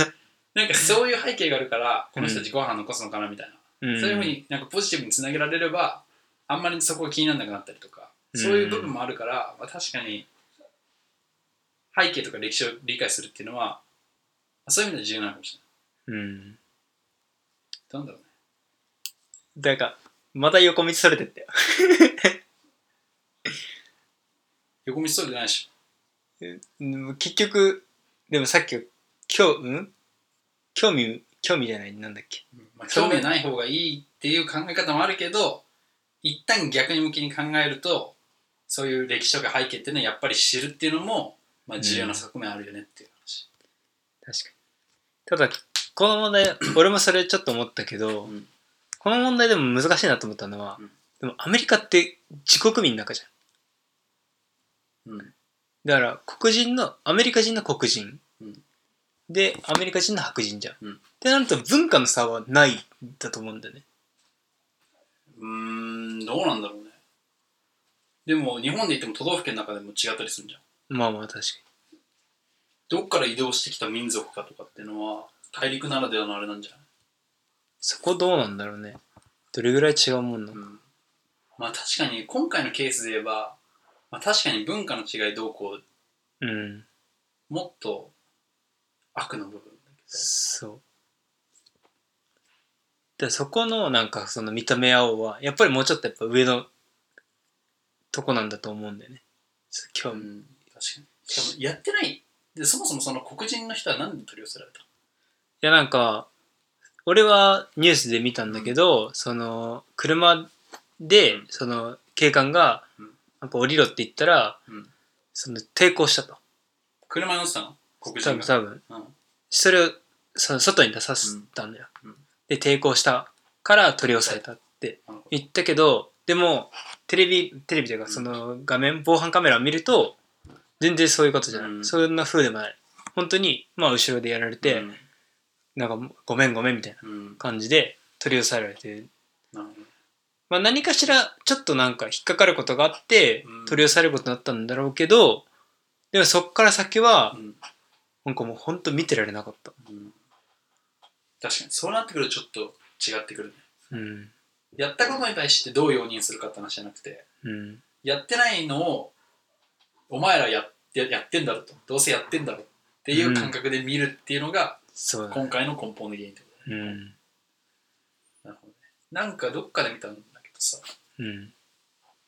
[SPEAKER 1] な んかそういう背景があるからこの人たちご飯残すのかなみたいな、
[SPEAKER 2] うん
[SPEAKER 1] そういうふう。になんかポジティブにつなげられればあんまりそこが気にならなくなったりとかそういう部分もあるから、まあ、確かに背景とか歴史を理解するっていうのはまあそういう意味では重要なのかもしれ
[SPEAKER 2] うん。
[SPEAKER 1] ない。なんだろうね。
[SPEAKER 2] だから、また横道それてったよ。
[SPEAKER 1] 横道そうじゃないでし
[SPEAKER 2] うん結局、でもさっき、今日、うん興味、興味じゃない、なんだっけ。
[SPEAKER 1] ょ。まあ、興味ない方がいいっていう考え方もあるけど一旦逆に向きに考えるとそういう歴史とか背景っていうのはやっぱり知るっていうのも、まあ、重要な側面あるよねっていう話。
[SPEAKER 2] 確かに。ただ、この問題、俺もそれちょっと思ったけど、
[SPEAKER 1] うん
[SPEAKER 2] この問題でも難しいなと思ったのは、
[SPEAKER 1] うん
[SPEAKER 2] でもアメリカって自国民の中じゃん。
[SPEAKER 1] うん
[SPEAKER 2] だから黒人のアメリカ人の黒人、
[SPEAKER 1] うん
[SPEAKER 2] でアメリカ人の白人じゃん、
[SPEAKER 1] うん
[SPEAKER 2] ってなると文化の差はないんだと思うんだよね
[SPEAKER 1] うーんどうなんだろうね。でも日本で言っても都道府県の中でも違ったりするじゃん。
[SPEAKER 2] まあまあ確か
[SPEAKER 1] どっから移動してきた民族かとかっていうのは大陸ならではのあれなんじゃない、
[SPEAKER 2] そこどうなんだろうねどれぐらい違うもんなの
[SPEAKER 1] ん、まあ確かに今回のケースで言えば、まあ、確かに文化の違いどうこ
[SPEAKER 2] うん
[SPEAKER 1] うもっと悪の部分だけど
[SPEAKER 2] そうでそこのなんかその認め合おうはやっぱりもうちょっとやっぱ上のとこなんだと思うんだよねちょっと
[SPEAKER 1] う
[SPEAKER 2] 興味
[SPEAKER 1] ん、確かにしかもやってないでそもそもその黒人の人は何で取り寄せられた
[SPEAKER 2] いやなんか俺はニュースで見たんだけど、その車で
[SPEAKER 1] うん
[SPEAKER 2] その警官が
[SPEAKER 1] うん
[SPEAKER 2] なんか降りろって言ったら、
[SPEAKER 1] うん
[SPEAKER 2] その抵抗したと
[SPEAKER 1] 車に乗ってたの黒
[SPEAKER 2] 多
[SPEAKER 1] 人
[SPEAKER 2] 分
[SPEAKER 1] が
[SPEAKER 2] 多分
[SPEAKER 1] うん
[SPEAKER 2] それをその外に出させたんだよ、
[SPEAKER 1] うんうん
[SPEAKER 2] で抵抗したから取り押さえたって
[SPEAKER 1] なるほど
[SPEAKER 2] 言ったけどでもテレビテレビというか
[SPEAKER 1] うん
[SPEAKER 2] その画面防犯カメラを見ると全然そういうことじゃない、
[SPEAKER 1] うん
[SPEAKER 2] そんな風でもない本当にまあ後ろでやられて、
[SPEAKER 1] うん
[SPEAKER 2] なんかもうごめんごめんみたいな
[SPEAKER 1] うん
[SPEAKER 2] 感じで取り押さえられて、
[SPEAKER 1] なるほど
[SPEAKER 2] まあ、何かしらちょっとなんか引っかかることがあって
[SPEAKER 1] うん
[SPEAKER 2] 取り押さえることになったんだろうけどでもそっから先は
[SPEAKER 1] うん
[SPEAKER 2] なんかもう本当見てられなかった、
[SPEAKER 1] うん確かにそうなってくるとちょっと違ってくるね
[SPEAKER 2] うん
[SPEAKER 1] やったことに対してどう容認するかって話じゃなくて
[SPEAKER 2] うん、
[SPEAKER 1] やってないのをお前らやややってんだろとどうせやってんだろっていう感覚で見るっていうのが
[SPEAKER 2] そうだ、ね
[SPEAKER 1] 今回の根本の原因ってこ
[SPEAKER 2] うん
[SPEAKER 1] となるほどねなんかどっかで見たんだけどさ
[SPEAKER 2] うん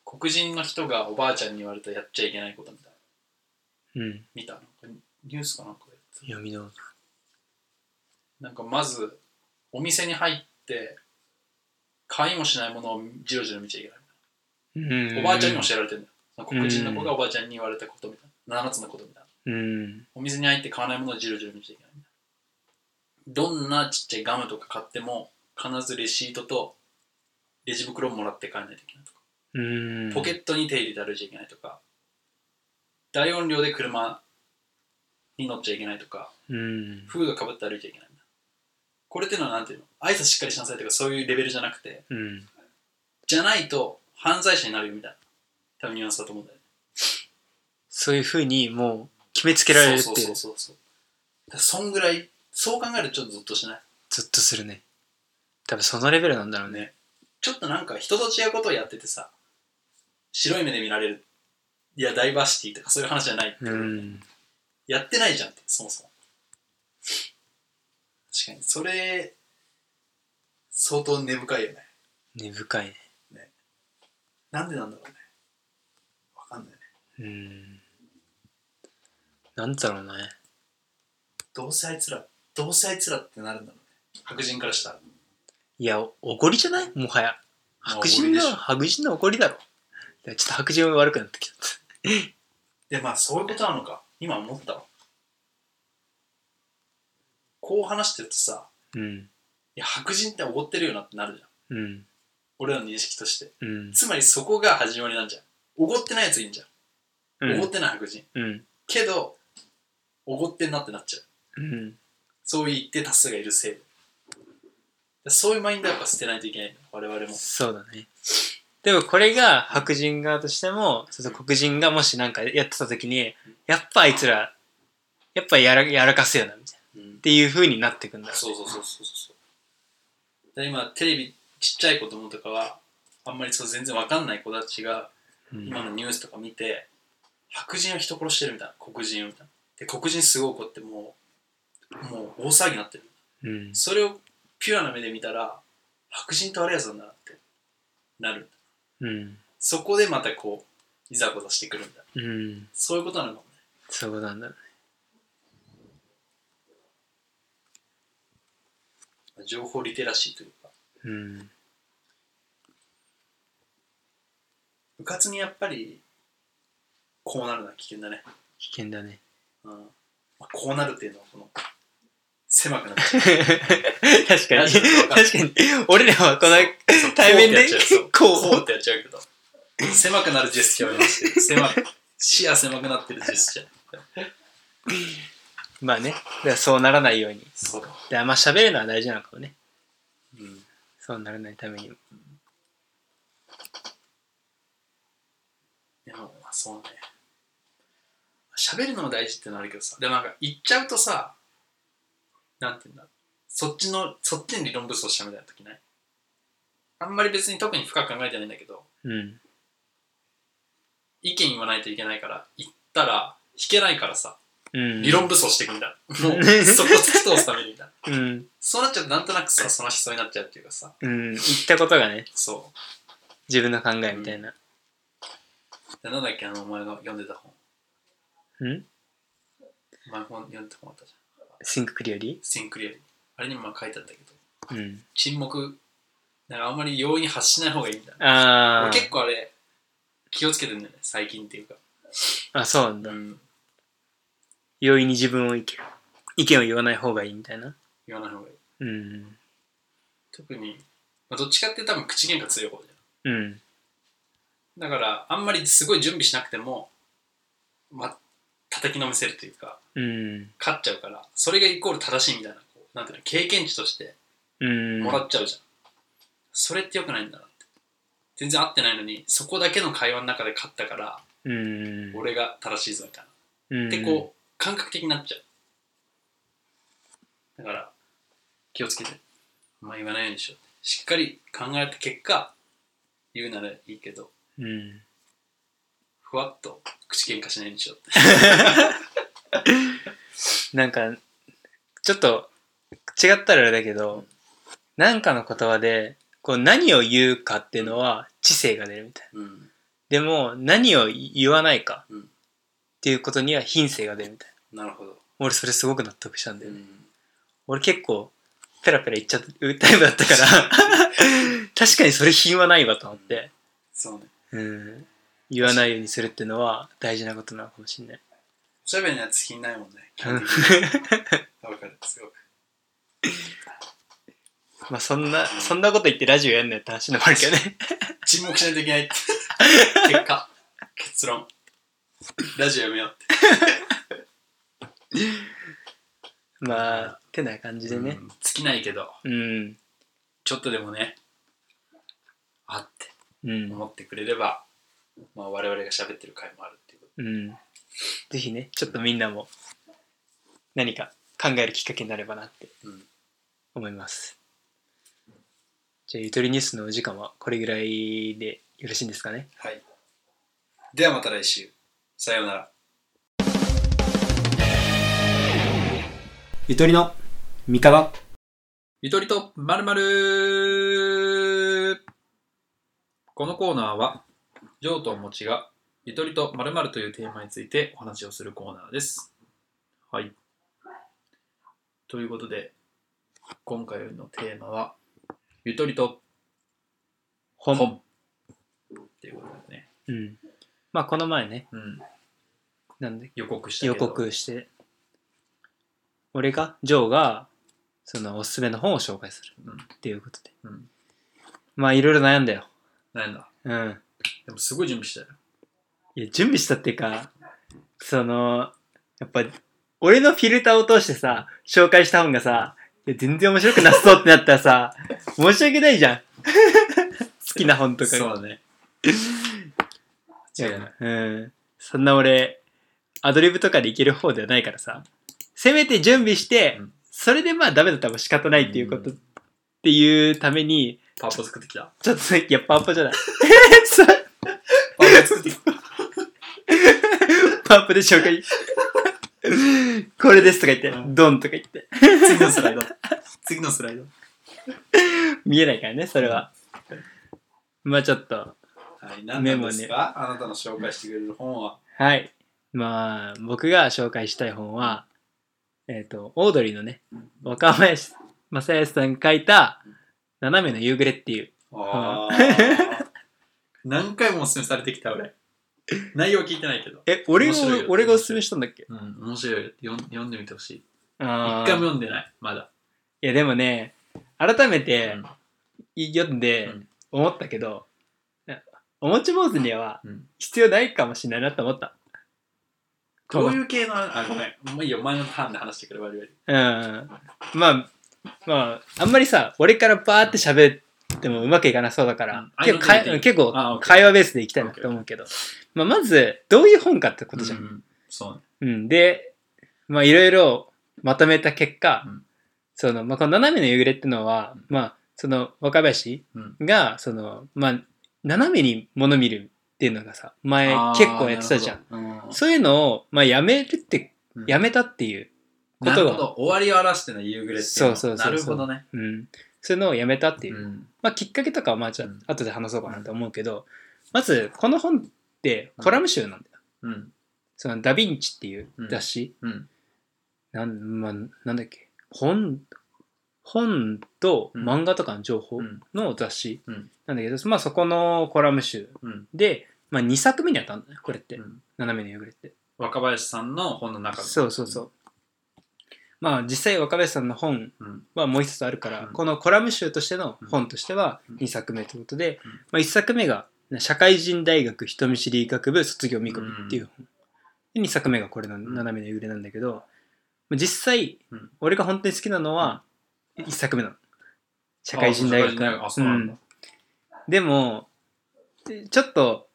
[SPEAKER 1] 黒人の人がおばあちゃんに言われたやっちゃいけないことみたいな
[SPEAKER 2] うん
[SPEAKER 1] 見たのニュースかなんかで
[SPEAKER 2] 読みどう
[SPEAKER 1] なんかまずお店に入って買いもしないものをじろじろ見ちゃいけない
[SPEAKER 2] うん
[SPEAKER 1] おばあちゃんに教えられてるんだよ。その黒人の子がおばあちゃんに言われたことみたいな。7つのことみたいな。
[SPEAKER 2] うん
[SPEAKER 1] お店に入って買わないものをじろじろ見ちゃいけないみたいな。どんなちっちゃいガムとか買っても、必ずレシートとレジ袋もらって帰らないといけないとか。
[SPEAKER 2] うん
[SPEAKER 1] ポケットに手入れて歩いちゃいけないとか。大音量で車に乗っちゃいけないとか。
[SPEAKER 2] うん
[SPEAKER 1] フードかぶって歩いちゃいけないみたいな。これっていうのはなんていうの挨拶しっかりしなさいとかそういうレベルじゃなくて、
[SPEAKER 2] うん
[SPEAKER 1] じゃないと犯罪者になるよみたいな。多分ニュアンスだと思うんだよね
[SPEAKER 2] そういうふうにもう決めつけられるって
[SPEAKER 1] そうそうそうそうだからそんぐらいそう考えるとちょっとゾッとしない
[SPEAKER 2] ずっとするね多分そのレベルなんだろうね
[SPEAKER 1] ちょっとなんか人と違うことをやっててさ白い目で見られるいやダイバーシティとかそういう話じゃない、
[SPEAKER 2] うん
[SPEAKER 1] やってないじゃんってそもそも確かにそれ相当根深いよね
[SPEAKER 2] 根深いね
[SPEAKER 1] なんでなんだろうねわかんないね
[SPEAKER 2] うんなんだろうね
[SPEAKER 1] どうせあいつらどうせあいつらってなるんだろうね白人からしたら
[SPEAKER 2] いやおおごりじゃないもはや白人
[SPEAKER 1] まあおごりでし
[SPEAKER 2] の
[SPEAKER 1] ょ
[SPEAKER 2] 白人のおごりだろいやちょっと白人は悪くなってきちゃっ
[SPEAKER 1] でまあそういうことなのか今思ったわこう話してるとさ
[SPEAKER 2] たうん
[SPEAKER 1] いや白人っておごってるよなってなるじゃん
[SPEAKER 2] うん
[SPEAKER 1] 俺らの認識として
[SPEAKER 2] うん
[SPEAKER 1] つまりそこが始まりなんじゃんおごってないやついいんじゃんおごってない白人
[SPEAKER 2] うん
[SPEAKER 1] けどおごってんなってなっちゃう
[SPEAKER 2] うん
[SPEAKER 1] そういう一定多数がいる制度でそういうマインドはやっぱ捨てないといけないんだ我々も
[SPEAKER 2] そうだねでもこれが白人側としてもそうそう黒人がもしなんかやってた時にやっぱあいつらやっぱやらやらかすよなみたいな
[SPEAKER 1] うん
[SPEAKER 2] っていう風になってくんだろ
[SPEAKER 1] そうそうそうそうそうで今テレビちっちゃい子供とかはあんまりそう全然わかんない子たちが
[SPEAKER 2] う、うん
[SPEAKER 1] 今のニュースとか見て白人を人殺してるみたいな黒人をみたいなで黒人すごい怒ってもうもう大騒ぎになってる
[SPEAKER 2] うん
[SPEAKER 1] それをピュアな目で見たら白人と悪いやつなんだなってなる
[SPEAKER 2] うん
[SPEAKER 1] そこでまたこういざこざしてくるみたいな
[SPEAKER 2] うん
[SPEAKER 1] そういうことなのかもね
[SPEAKER 2] そういうことなんだろ
[SPEAKER 1] 情報リテラシーというか
[SPEAKER 2] ううん
[SPEAKER 1] 部活にやっぱりこうなるのは危険だね、
[SPEAKER 2] 危険 だね
[SPEAKER 1] うんまあ、こうなるっていうのはこの狭くなっちゃう
[SPEAKER 2] 確か
[SPEAKER 1] ラ
[SPEAKER 2] に
[SPEAKER 1] ジオとか
[SPEAKER 2] 確かに俺らはこの
[SPEAKER 1] そう
[SPEAKER 2] 対面で
[SPEAKER 1] こう
[SPEAKER 2] こう
[SPEAKER 1] こうってやっちゃうけど狭くなるジェスチャーをやりまして狭く視野狭くなってるジェスチャー
[SPEAKER 2] まあねだからそうならないように
[SPEAKER 1] そう、
[SPEAKER 2] であんま喋るのは大事なのかもね
[SPEAKER 1] うん、
[SPEAKER 2] そうならないためにも
[SPEAKER 1] でもまあそうね喋るのも大事ってのあるけどさでもなんか言っちゃうとさなんて言うんだろうそっちのそっちに理論武装したみたいな時ないあんまり別に特に深く考えてないんだけど
[SPEAKER 2] うん
[SPEAKER 1] 意見言わないといけないから言ったら引けないからさ
[SPEAKER 2] うん。
[SPEAKER 1] 理論武装していくんだ。もう、
[SPEAKER 2] ね
[SPEAKER 1] そこ突き通すためにだ。
[SPEAKER 2] うん。
[SPEAKER 1] そうなっちゃうと、なんとなくさ、その思想になっちゃうっていうかさ、
[SPEAKER 2] うん。言ったことがね、
[SPEAKER 1] そ
[SPEAKER 2] 自分の考えみたいな。
[SPEAKER 1] う。でなんだっけ、あの、お前が読んでた本。
[SPEAKER 2] うん
[SPEAKER 1] お前本読んでた本あったじゃん。
[SPEAKER 2] ?Think clearly?
[SPEAKER 1] シンクリアリ。あれにもまあ書いてあったけど、
[SPEAKER 2] うん。
[SPEAKER 1] 沈黙、なんかあんまり容易に発しない方がいいんだ。
[SPEAKER 2] あ
[SPEAKER 1] 俺結
[SPEAKER 2] ー。
[SPEAKER 1] 構あれ、気をつけてるんだよね、最近っていうか。
[SPEAKER 2] あ、そうなん
[SPEAKER 1] う
[SPEAKER 2] だ。
[SPEAKER 1] ん、
[SPEAKER 2] 容易に自分を意見。意見を言わない方がいいみたいな。
[SPEAKER 1] 言わない方がいい。
[SPEAKER 2] うん。
[SPEAKER 1] 特に、まあ、どっちかって多分口喧嘩強い方じゃん。
[SPEAKER 2] うん。
[SPEAKER 1] だからあんまりすごい準備しなくても、まあ、叩きのめせるというか
[SPEAKER 2] うん。
[SPEAKER 1] 勝っちゃうからそれがイコール正しいみたいなこうなんていうの経験値として
[SPEAKER 2] うん。
[SPEAKER 1] もらっちゃうじゃん、それってよくないんだなって全然合ってないのにそこだけの会話の中で勝ったから
[SPEAKER 2] うん。
[SPEAKER 1] 俺が正しいぞみたい
[SPEAKER 2] うん
[SPEAKER 1] なでこう感覚的になっちゃうだから気をつけてまあ言わないようにしようしっかり考えた結果言うならいいけど
[SPEAKER 2] うん。
[SPEAKER 1] ふわっと口喧嘩しないようにしよう
[SPEAKER 2] なんか、ちょっと、違ったらあれだけど、なんかの言葉で、こう何を言うかっていうのは知性が出るみたいな。
[SPEAKER 1] うん
[SPEAKER 2] でも、何を言わないか
[SPEAKER 1] うん
[SPEAKER 2] っていうことには品性が出るみたい
[SPEAKER 1] なるほど。
[SPEAKER 2] な。俺それすごく納得したんだよね。
[SPEAKER 1] う
[SPEAKER 2] 俺結構、ペラペラ言っちゃうタイプだった から、確かにそれ品はないわと思って、
[SPEAKER 1] そうね。
[SPEAKER 2] うん。言わないようにするっていうのは大事なことなのかもしれない。
[SPEAKER 1] おしゃべりには尽きないもんね。 基本的にわかる、すごく。
[SPEAKER 2] まあそんな、そんなこと言ってラジオやんないって話になるけどね。
[SPEAKER 1] 沈黙しないといけないって。結果、結論。ラジオやめようって。
[SPEAKER 2] まあ、ってな感じでね
[SPEAKER 3] う。ん尽きないけど
[SPEAKER 2] うん。
[SPEAKER 3] ちょっとでもねあって
[SPEAKER 2] うん。
[SPEAKER 1] 思ってくれれば、まあ、我々が喋ってる回もあるっていうこ
[SPEAKER 2] うん。ぜひね、ちょっとみんなも何か考えるきっかけになればなって
[SPEAKER 1] と。うん。
[SPEAKER 2] 思います。じゃあ、ゆとりニュースのお時間はこれぐらいでよろしいんですかね。
[SPEAKER 1] はい。ではまた来週。さようなら。
[SPEAKER 2] ゆとりの味方。
[SPEAKER 3] ゆとりとまるまるこのコーナーは、ジョーとおもちがゆとりとまるまるというテーマについてお話をするコーナーです。はい。ということで、今回のテーマは、ゆとりと
[SPEAKER 2] 本。
[SPEAKER 3] 本っていうことですね。
[SPEAKER 2] うん。まあ、この前ね、
[SPEAKER 3] うん、
[SPEAKER 2] なんで
[SPEAKER 3] 予告したけ
[SPEAKER 2] 予
[SPEAKER 3] ど。
[SPEAKER 2] 告して、俺が、ジョーが、そのおすすめの本を紹介する
[SPEAKER 3] うん
[SPEAKER 2] っていうことで。
[SPEAKER 3] うん
[SPEAKER 2] まあ、いろいろ悩んだよ。
[SPEAKER 3] なんだ。
[SPEAKER 2] うん。
[SPEAKER 3] でもすごい準備したよ。
[SPEAKER 2] いや、準備したっていうか、その、やっぱ、俺のフィルターを通してさ、紹介した本がさ、いや全然面白くなさそうってなったらさ、申し訳ないじゃ ん。好きな本とか
[SPEAKER 3] そう
[SPEAKER 2] が。
[SPEAKER 3] だね。
[SPEAKER 2] い
[SPEAKER 3] 違い
[SPEAKER 2] や
[SPEAKER 3] ない。
[SPEAKER 2] うん。そんな俺、アドリブとかでいける方ではないからさ、せめて準備して
[SPEAKER 3] うん、
[SPEAKER 2] それでまあダメだったら仕方ないっていうこと、
[SPEAKER 3] う
[SPEAKER 2] っていうために、
[SPEAKER 3] パワポ作ってきた。
[SPEAKER 2] ちょっとさっき、いや、パー ポじゃない。さ
[SPEAKER 3] パワポ作ってきた。
[SPEAKER 2] パープで 紹介。これですとか言って
[SPEAKER 3] う、
[SPEAKER 2] ドンとか言って。
[SPEAKER 3] 次のス ライド。次のスライド。
[SPEAKER 2] 見えないからねそれはまあちょっと
[SPEAKER 1] はい。
[SPEAKER 2] な
[SPEAKER 1] 何
[SPEAKER 2] んな
[SPEAKER 1] なんん
[SPEAKER 2] で
[SPEAKER 1] ですす
[SPEAKER 2] か
[SPEAKER 1] か、あなたの紹介してくれる本は。
[SPEAKER 2] はいまあ僕が紹介したい本はえっ、とオードリーのね若林正康さんが書いた「斜めの夕暮れ」っていう
[SPEAKER 1] ああ。
[SPEAKER 3] 何回もおすすめされてきた 俺内容は聞いてないけど
[SPEAKER 2] え俺
[SPEAKER 3] 面
[SPEAKER 2] が
[SPEAKER 3] 白いよ
[SPEAKER 2] 俺がおすすめしたんだっけ
[SPEAKER 3] うん面白いよ読ん読んでみてほしい一
[SPEAKER 2] あ
[SPEAKER 3] 回も
[SPEAKER 2] ーい
[SPEAKER 3] 読んでないまだ、
[SPEAKER 2] やでもね改め
[SPEAKER 3] う
[SPEAKER 2] て
[SPEAKER 3] ん
[SPEAKER 2] 読んで
[SPEAKER 3] うん
[SPEAKER 2] 思ったけど、おもち坊主には
[SPEAKER 3] うん
[SPEAKER 2] 必要ないかもしれないなと思った、こ
[SPEAKER 1] どう
[SPEAKER 2] の
[SPEAKER 1] いう系の、あ、ごめん。もういいよ、前のターンで話してくればいいよ。
[SPEAKER 2] うんまあ、まあ、あんまりさ、俺からバーって喋ってもうまくいかなそうだから、
[SPEAKER 3] うん
[SPEAKER 2] 結構か
[SPEAKER 3] あいいの
[SPEAKER 2] い結構
[SPEAKER 3] あオッケー
[SPEAKER 2] 会話ベースでいきたいなと思うけど、まあ、まず、どういう本かってことじゃ。
[SPEAKER 3] うんんそうね
[SPEAKER 2] うん、で、まあ、いろいろまとめた結果、
[SPEAKER 3] うん
[SPEAKER 2] その、まあ、この斜めの夕暮れってのは、
[SPEAKER 3] うん
[SPEAKER 2] まあ、その若林
[SPEAKER 3] うん
[SPEAKER 2] が、その、まあ、斜めに物見るっていうのがさ、前
[SPEAKER 3] あー
[SPEAKER 2] 結構やってたじゃん。
[SPEAKER 3] なるほどうん
[SPEAKER 2] そういうのを、まあ、やめるって
[SPEAKER 1] うん
[SPEAKER 2] やめたっていうこ
[SPEAKER 1] な
[SPEAKER 2] と
[SPEAKER 1] る
[SPEAKER 2] が
[SPEAKER 1] ほど。終わりを表しての夕暮れっていの
[SPEAKER 2] そうそうそうそう
[SPEAKER 1] なるほどね。
[SPEAKER 2] うん、そういうのをやめたっていう、
[SPEAKER 1] うん。
[SPEAKER 2] まあ、きっかけとかはまあじゃ
[SPEAKER 1] うん
[SPEAKER 2] あ後で話そうかなと思うけど、まずこの本ってコラム集なんだよ、
[SPEAKER 1] うん。
[SPEAKER 2] そのダ・ヴィンチっていう雑誌、
[SPEAKER 1] うん。
[SPEAKER 2] なんまあ、なんだっけ本本と
[SPEAKER 1] うん
[SPEAKER 2] 漫画とかの情報
[SPEAKER 1] うん
[SPEAKER 2] の雑誌
[SPEAKER 1] うん
[SPEAKER 2] なんだけど、まあ、そこのコラム集
[SPEAKER 1] うん。
[SPEAKER 2] で、まあ、2作目にあたんだねこれって、
[SPEAKER 1] うん
[SPEAKER 2] 斜めの夕暮れって
[SPEAKER 1] 若林さんの本の中で。
[SPEAKER 2] そうそうそうまあ実際若林さんの本
[SPEAKER 1] うん。
[SPEAKER 2] はもう一つあるから、
[SPEAKER 1] うん
[SPEAKER 2] このコラム集としての本としては
[SPEAKER 1] うん
[SPEAKER 2] 2作目ということで、
[SPEAKER 1] うん
[SPEAKER 2] まあ、1作目が「社会人大学人見知り学部卒業見込み」っていう本、で2作目がこれの
[SPEAKER 1] ん
[SPEAKER 2] 斜めの夕暮れなんだけどまあ実際、
[SPEAKER 1] うん
[SPEAKER 2] 俺が本当に好きなのは1作目なの社会人大
[SPEAKER 1] あ
[SPEAKER 2] 学
[SPEAKER 1] 社会人大学あそうなんだ
[SPEAKER 2] んでもちょっと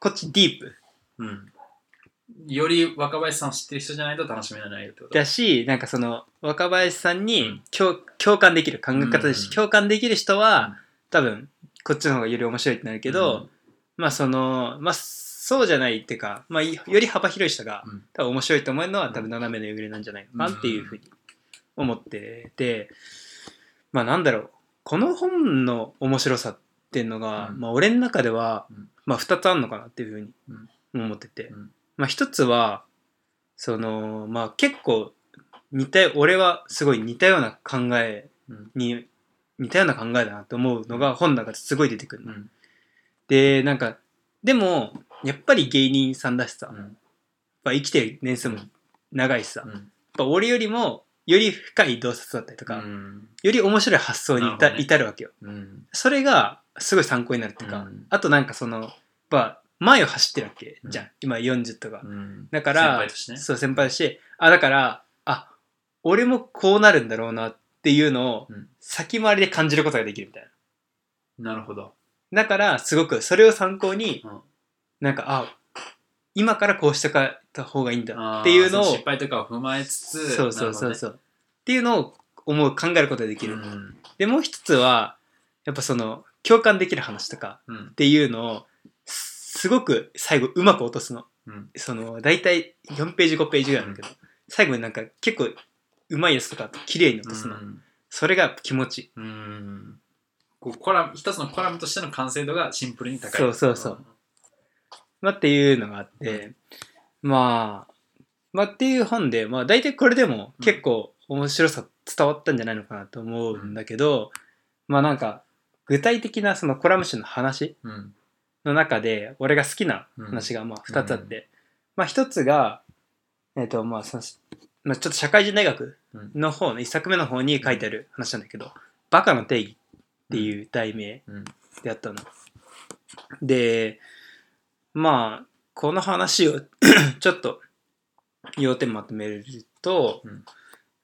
[SPEAKER 2] こっちディープ
[SPEAKER 1] うん。
[SPEAKER 3] より若林さんを知ってる人じゃないと楽しめないよってこと
[SPEAKER 2] だしなんかその若林さん
[SPEAKER 1] う
[SPEAKER 2] に
[SPEAKER 1] ん
[SPEAKER 2] 共,、共感できる考え方で
[SPEAKER 1] うんう
[SPEAKER 2] し、
[SPEAKER 1] ん
[SPEAKER 2] 共感できる人
[SPEAKER 1] うん
[SPEAKER 2] は多分こっちの方がより面白いってなるけど、まあそのまあそうじゃないっていうか、まあ、いより幅広い人が
[SPEAKER 1] うん
[SPEAKER 2] 多分面白いと思えるのは多分斜めの夕暮れなんじゃないのかなっていうふうに思っててまあなんだろうこの本の面白さっていうのが、
[SPEAKER 1] うん
[SPEAKER 2] まあ、俺の中では、
[SPEAKER 1] うん
[SPEAKER 2] まあ、2つあるのかなっていうふうに思ってて、
[SPEAKER 1] うん
[SPEAKER 2] まあ、一つはそのまあ結構似た俺はすごい似たような考え
[SPEAKER 1] うん
[SPEAKER 2] に、似たような考えだなと思うのが本の中ですごい出てくる
[SPEAKER 1] う
[SPEAKER 2] の、
[SPEAKER 1] ん。
[SPEAKER 2] でなんかでもやっぱり芸人さんだしさ、
[SPEAKER 1] う
[SPEAKER 2] やっ
[SPEAKER 1] ん。
[SPEAKER 2] ぱ生きてる年数も長いしさ、
[SPEAKER 1] う
[SPEAKER 2] やっ
[SPEAKER 1] ん。
[SPEAKER 2] ぱ俺よりもより深い洞察だったりとか、
[SPEAKER 1] うん。
[SPEAKER 2] より面白い発想に
[SPEAKER 1] なる
[SPEAKER 2] 至
[SPEAKER 1] ほどね
[SPEAKER 2] 至るわけよ
[SPEAKER 1] うん。
[SPEAKER 2] それがすごい参考になるっていうか、
[SPEAKER 1] うん
[SPEAKER 2] あとなんかそのやっぱ前を走ってるわけじゃん、
[SPEAKER 1] う
[SPEAKER 2] 今40とか、
[SPEAKER 1] うん
[SPEAKER 2] だから
[SPEAKER 1] 先輩としてね。
[SPEAKER 2] そう先輩だしあだからあ俺もこうなるんだろうなっていうのを
[SPEAKER 1] うん
[SPEAKER 2] 先回りで感じることができるみたいな
[SPEAKER 1] なるほど。
[SPEAKER 2] だからすごくそれを参考に、
[SPEAKER 1] うん
[SPEAKER 2] なんかあ今からこうしてかった方がいいんだ
[SPEAKER 1] あー
[SPEAKER 2] っていうのを
[SPEAKER 1] そ失敗とかを踏まえつつ、
[SPEAKER 2] そうそうそう
[SPEAKER 1] う。
[SPEAKER 2] そう、っていうのを思う考えることができ
[SPEAKER 1] う
[SPEAKER 2] る、
[SPEAKER 1] ん。
[SPEAKER 2] でもう一つはやっぱその共感できる話とか
[SPEAKER 1] うん
[SPEAKER 2] っ。ていうのをすすごく最後うまく落とすの
[SPEAKER 1] うん。
[SPEAKER 2] その大体4ページ5ページぐらいなんだけど、最後になんか結構うまいやつとか綺麗に落とすの、それが気持ちいい
[SPEAKER 1] うん。
[SPEAKER 3] こうコラム一つのコラムとしての完成度がシンプルに高い
[SPEAKER 2] そうそうそうまあ、っていうのがあって、まあまあっていう本で、まあ、大体これでも結構面白さ伝わったんじゃないのかなと思うんだけど、まあなんか具体的なそのコラム誌の話
[SPEAKER 1] うん。
[SPEAKER 2] の中で俺が好きな話がまあ2つあって、まあ1つがえっ、とまあそのまあちょっと社会人大学の方の1作目の方に書いてある話なんだけど「バカの定義」っていう題名
[SPEAKER 1] うん。
[SPEAKER 2] であったの。でまあこの話を ちょっと要点まとめると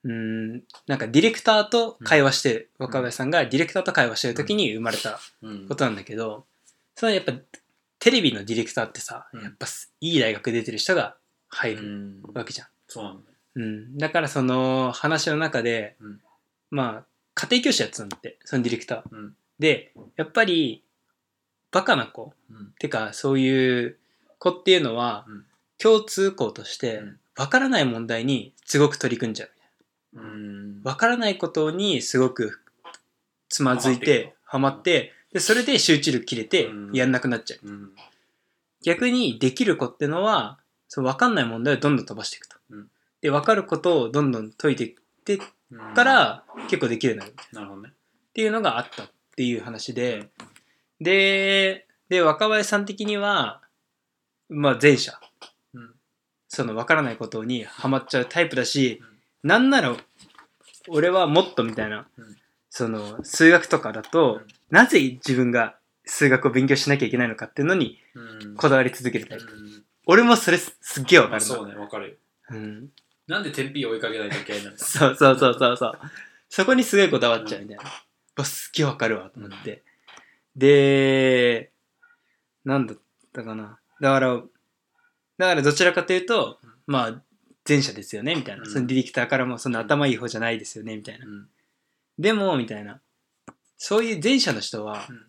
[SPEAKER 1] うん、
[SPEAKER 2] うーん、なんかディレクターと会話してる、若林さんがディレクターと会話してる時に生まれた
[SPEAKER 1] うん
[SPEAKER 2] ことなんだけど、そのやっぱテレビのディレクターってさ、
[SPEAKER 1] うん
[SPEAKER 2] やっぱすいい大学出てる人が入る
[SPEAKER 1] う
[SPEAKER 2] わ
[SPEAKER 1] ん
[SPEAKER 2] けじゃん。
[SPEAKER 1] そうなんだ。
[SPEAKER 2] うん、だからその話の中で、
[SPEAKER 1] うん
[SPEAKER 2] まあ家庭教師やってたんだってそのディレクター。
[SPEAKER 1] うん
[SPEAKER 2] でやっぱりバカな子
[SPEAKER 1] うん。
[SPEAKER 2] てかそういう子っていうのは、
[SPEAKER 1] うん
[SPEAKER 2] 共通項として
[SPEAKER 1] うん
[SPEAKER 2] わからない問題にすごく取り組んじゃ
[SPEAKER 1] う
[SPEAKER 2] う。
[SPEAKER 1] ん。
[SPEAKER 2] わからないことにすごくつまずいてハマ
[SPEAKER 1] マ
[SPEAKER 2] っ
[SPEAKER 1] って
[SPEAKER 2] でそれで集中力切れて
[SPEAKER 1] うん
[SPEAKER 2] やんなくなっちゃう
[SPEAKER 1] うん。
[SPEAKER 2] 逆にできる子ってのはその分かんない問題をどんどん飛ばしていくと、
[SPEAKER 1] うん
[SPEAKER 2] で分かることをどんどん解いていって
[SPEAKER 1] うん
[SPEAKER 2] から結構できるようになるっ
[SPEAKER 1] なるほどね。
[SPEAKER 2] ていうのがあったっていう話ででで若林さん的には、まあ、前者、
[SPEAKER 1] うん
[SPEAKER 2] その分からないことにハマっちゃうタイプだし
[SPEAKER 1] うん、
[SPEAKER 2] なんなら俺はもっとみたいな、
[SPEAKER 1] うん
[SPEAKER 2] その数学とかだと、
[SPEAKER 1] うん
[SPEAKER 2] なぜ自分が数学を勉強しなきゃいけないのかっていうのに
[SPEAKER 1] うん。
[SPEAKER 2] こだわり続けるタイプ。
[SPEAKER 1] うん
[SPEAKER 2] 俺もそれすすっげえわか
[SPEAKER 1] まあ
[SPEAKER 2] るの、
[SPEAKER 1] そうね、わかるよ。
[SPEAKER 2] うん、
[SPEAKER 1] なんで天秤追いかけないといけないの
[SPEAKER 2] そうそうそうそうそうそこにすごいこだわっちゃうみたいな、わすっげえわかるわと思って、でなんだったかなだからだからどちらかというと
[SPEAKER 1] うん
[SPEAKER 2] まあ前者ですよねみたいな、
[SPEAKER 1] うん
[SPEAKER 2] そのディレクターからもその頭いい方じゃないですよねみたいな、
[SPEAKER 1] うん
[SPEAKER 2] でもみたいなそういう前者の人は、
[SPEAKER 1] うん